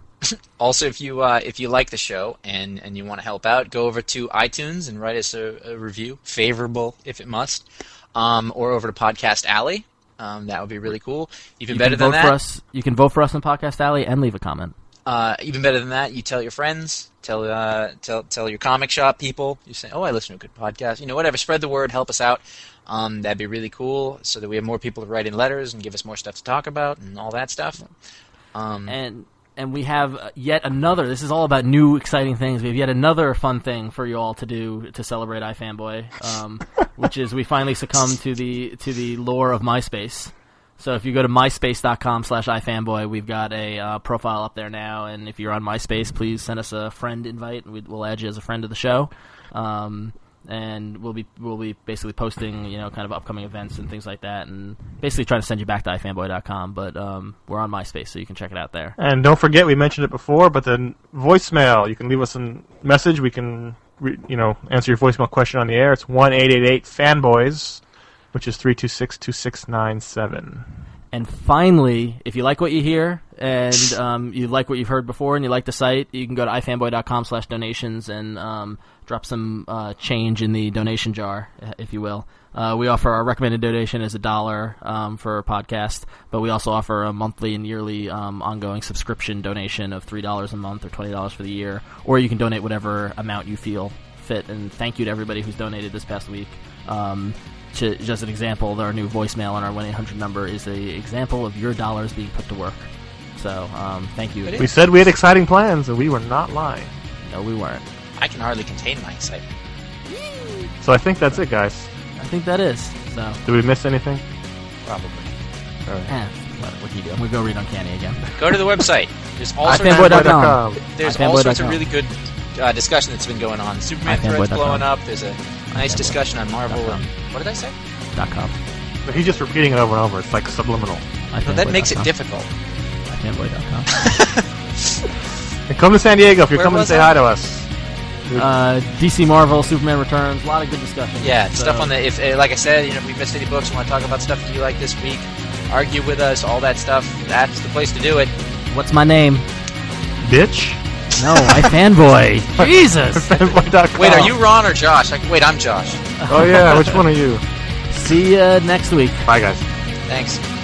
[SPEAKER 2] also if you uh, if you like the show and and you want to help out, go over to iTunes and write us a, a review, favorable if it must, um, or over to Podcast Alley. Um, that would be really cool. Even
[SPEAKER 3] you
[SPEAKER 2] better
[SPEAKER 3] can
[SPEAKER 2] than
[SPEAKER 3] vote
[SPEAKER 2] that,
[SPEAKER 3] for us you can vote for us in Podcast Alley and leave a comment.
[SPEAKER 2] Uh, even better than that, you tell your friends, tell uh, tell tell your comic shop people. You say, "Oh, I listen to a good podcast." You know, whatever. Spread the word. Help us out. Um, that'd be really cool, so that we have more people to write in letters and give us more stuff to talk about and all that stuff. Um,
[SPEAKER 3] and and we have uh, yet another. This is all about new, exciting things. We have yet another fun thing for you all to do to celebrate iFanboy, um, which is we finally succumb to the to the lore of MySpace. So if you go to myspace.com/ifanboy, we've got a uh, profile up there now. And if you're on MySpace, please send us a friend invite, and we- we'll add you as a friend of the show. Um, and we'll be we'll be basically posting you know kind of upcoming events and things like that, and basically trying to send you back to ifanboy.com. But um, we're on MySpace, so you can check it out there.
[SPEAKER 1] And don't forget, we mentioned it before, but the voicemail. You can leave us a message. We can, re- you know, answer your voicemail question on the air. It's one eight eight eight fanboys, which is three two six two six nine seven.
[SPEAKER 3] And finally, if you like what you hear and um, you like what you've heard before and you like the site, you can go to ifanboy.com slash donations and um, drop some uh, change in the donation jar, eh, if you will. Uh, we offer our recommended donation is a dollar um, for a podcast, but we also offer a monthly and yearly um, ongoing subscription donation of $3 a month or $20 for the year, or you can donate whatever amount you feel fit. And thank you to everybody who's donated this past week. Um, to, just an example, our new voicemail on our 1 800 number is the example of your dollars being put to work. So, um, thank you.
[SPEAKER 2] But
[SPEAKER 1] We said we had exciting plans, and we were not lying.
[SPEAKER 3] No, we weren't.
[SPEAKER 2] I can hardly contain my excitement.
[SPEAKER 1] So I think that's it, guys.
[SPEAKER 3] I think that is. So,
[SPEAKER 1] Did we miss anything?
[SPEAKER 2] Probably.
[SPEAKER 1] All right.
[SPEAKER 3] eh, what, what can you do? I'm going to go read Uncanny again.
[SPEAKER 2] Go to the website. There's all sorts of,
[SPEAKER 3] ifanboy.com.
[SPEAKER 1] Fanboy.com.
[SPEAKER 2] there's all
[SPEAKER 3] ifanboy.com.
[SPEAKER 2] sorts of really good uh, discussion that's been going on. Superman threads
[SPEAKER 3] ifanboy.com.
[SPEAKER 2] blowing up. There's a Nice discussion on Marvel. And, what did I say?
[SPEAKER 3] dot com.
[SPEAKER 1] But he's just repeating it over and over. It's like subliminal.
[SPEAKER 3] I
[SPEAKER 2] No,
[SPEAKER 3] can't
[SPEAKER 2] that
[SPEAKER 3] wait
[SPEAKER 2] makes it
[SPEAKER 3] dot
[SPEAKER 2] difficult.
[SPEAKER 3] com. I can't wait dot com.
[SPEAKER 1] And come to San Diego if you're
[SPEAKER 2] Where
[SPEAKER 1] coming to
[SPEAKER 2] was
[SPEAKER 1] say
[SPEAKER 2] I?
[SPEAKER 1] hi to us.
[SPEAKER 3] Uh, DC Marvel, Superman Returns, a lot of good discussion.
[SPEAKER 2] Yeah,
[SPEAKER 3] So-
[SPEAKER 2] stuff on the if eh, like I said, you know, if we missed any books, want to talk about stuff that you like this week, argue with us, all that stuff. That's the place to do it.
[SPEAKER 3] What's my name?
[SPEAKER 1] Bitch.
[SPEAKER 3] No, I fanboy. Jesus.
[SPEAKER 1] Fanboy.com.
[SPEAKER 2] Wait, are you Ron or Josh? Like, wait, I'm Josh.
[SPEAKER 1] Oh yeah, which one are you?
[SPEAKER 3] See ya next week.
[SPEAKER 1] Bye guys.
[SPEAKER 2] Thanks.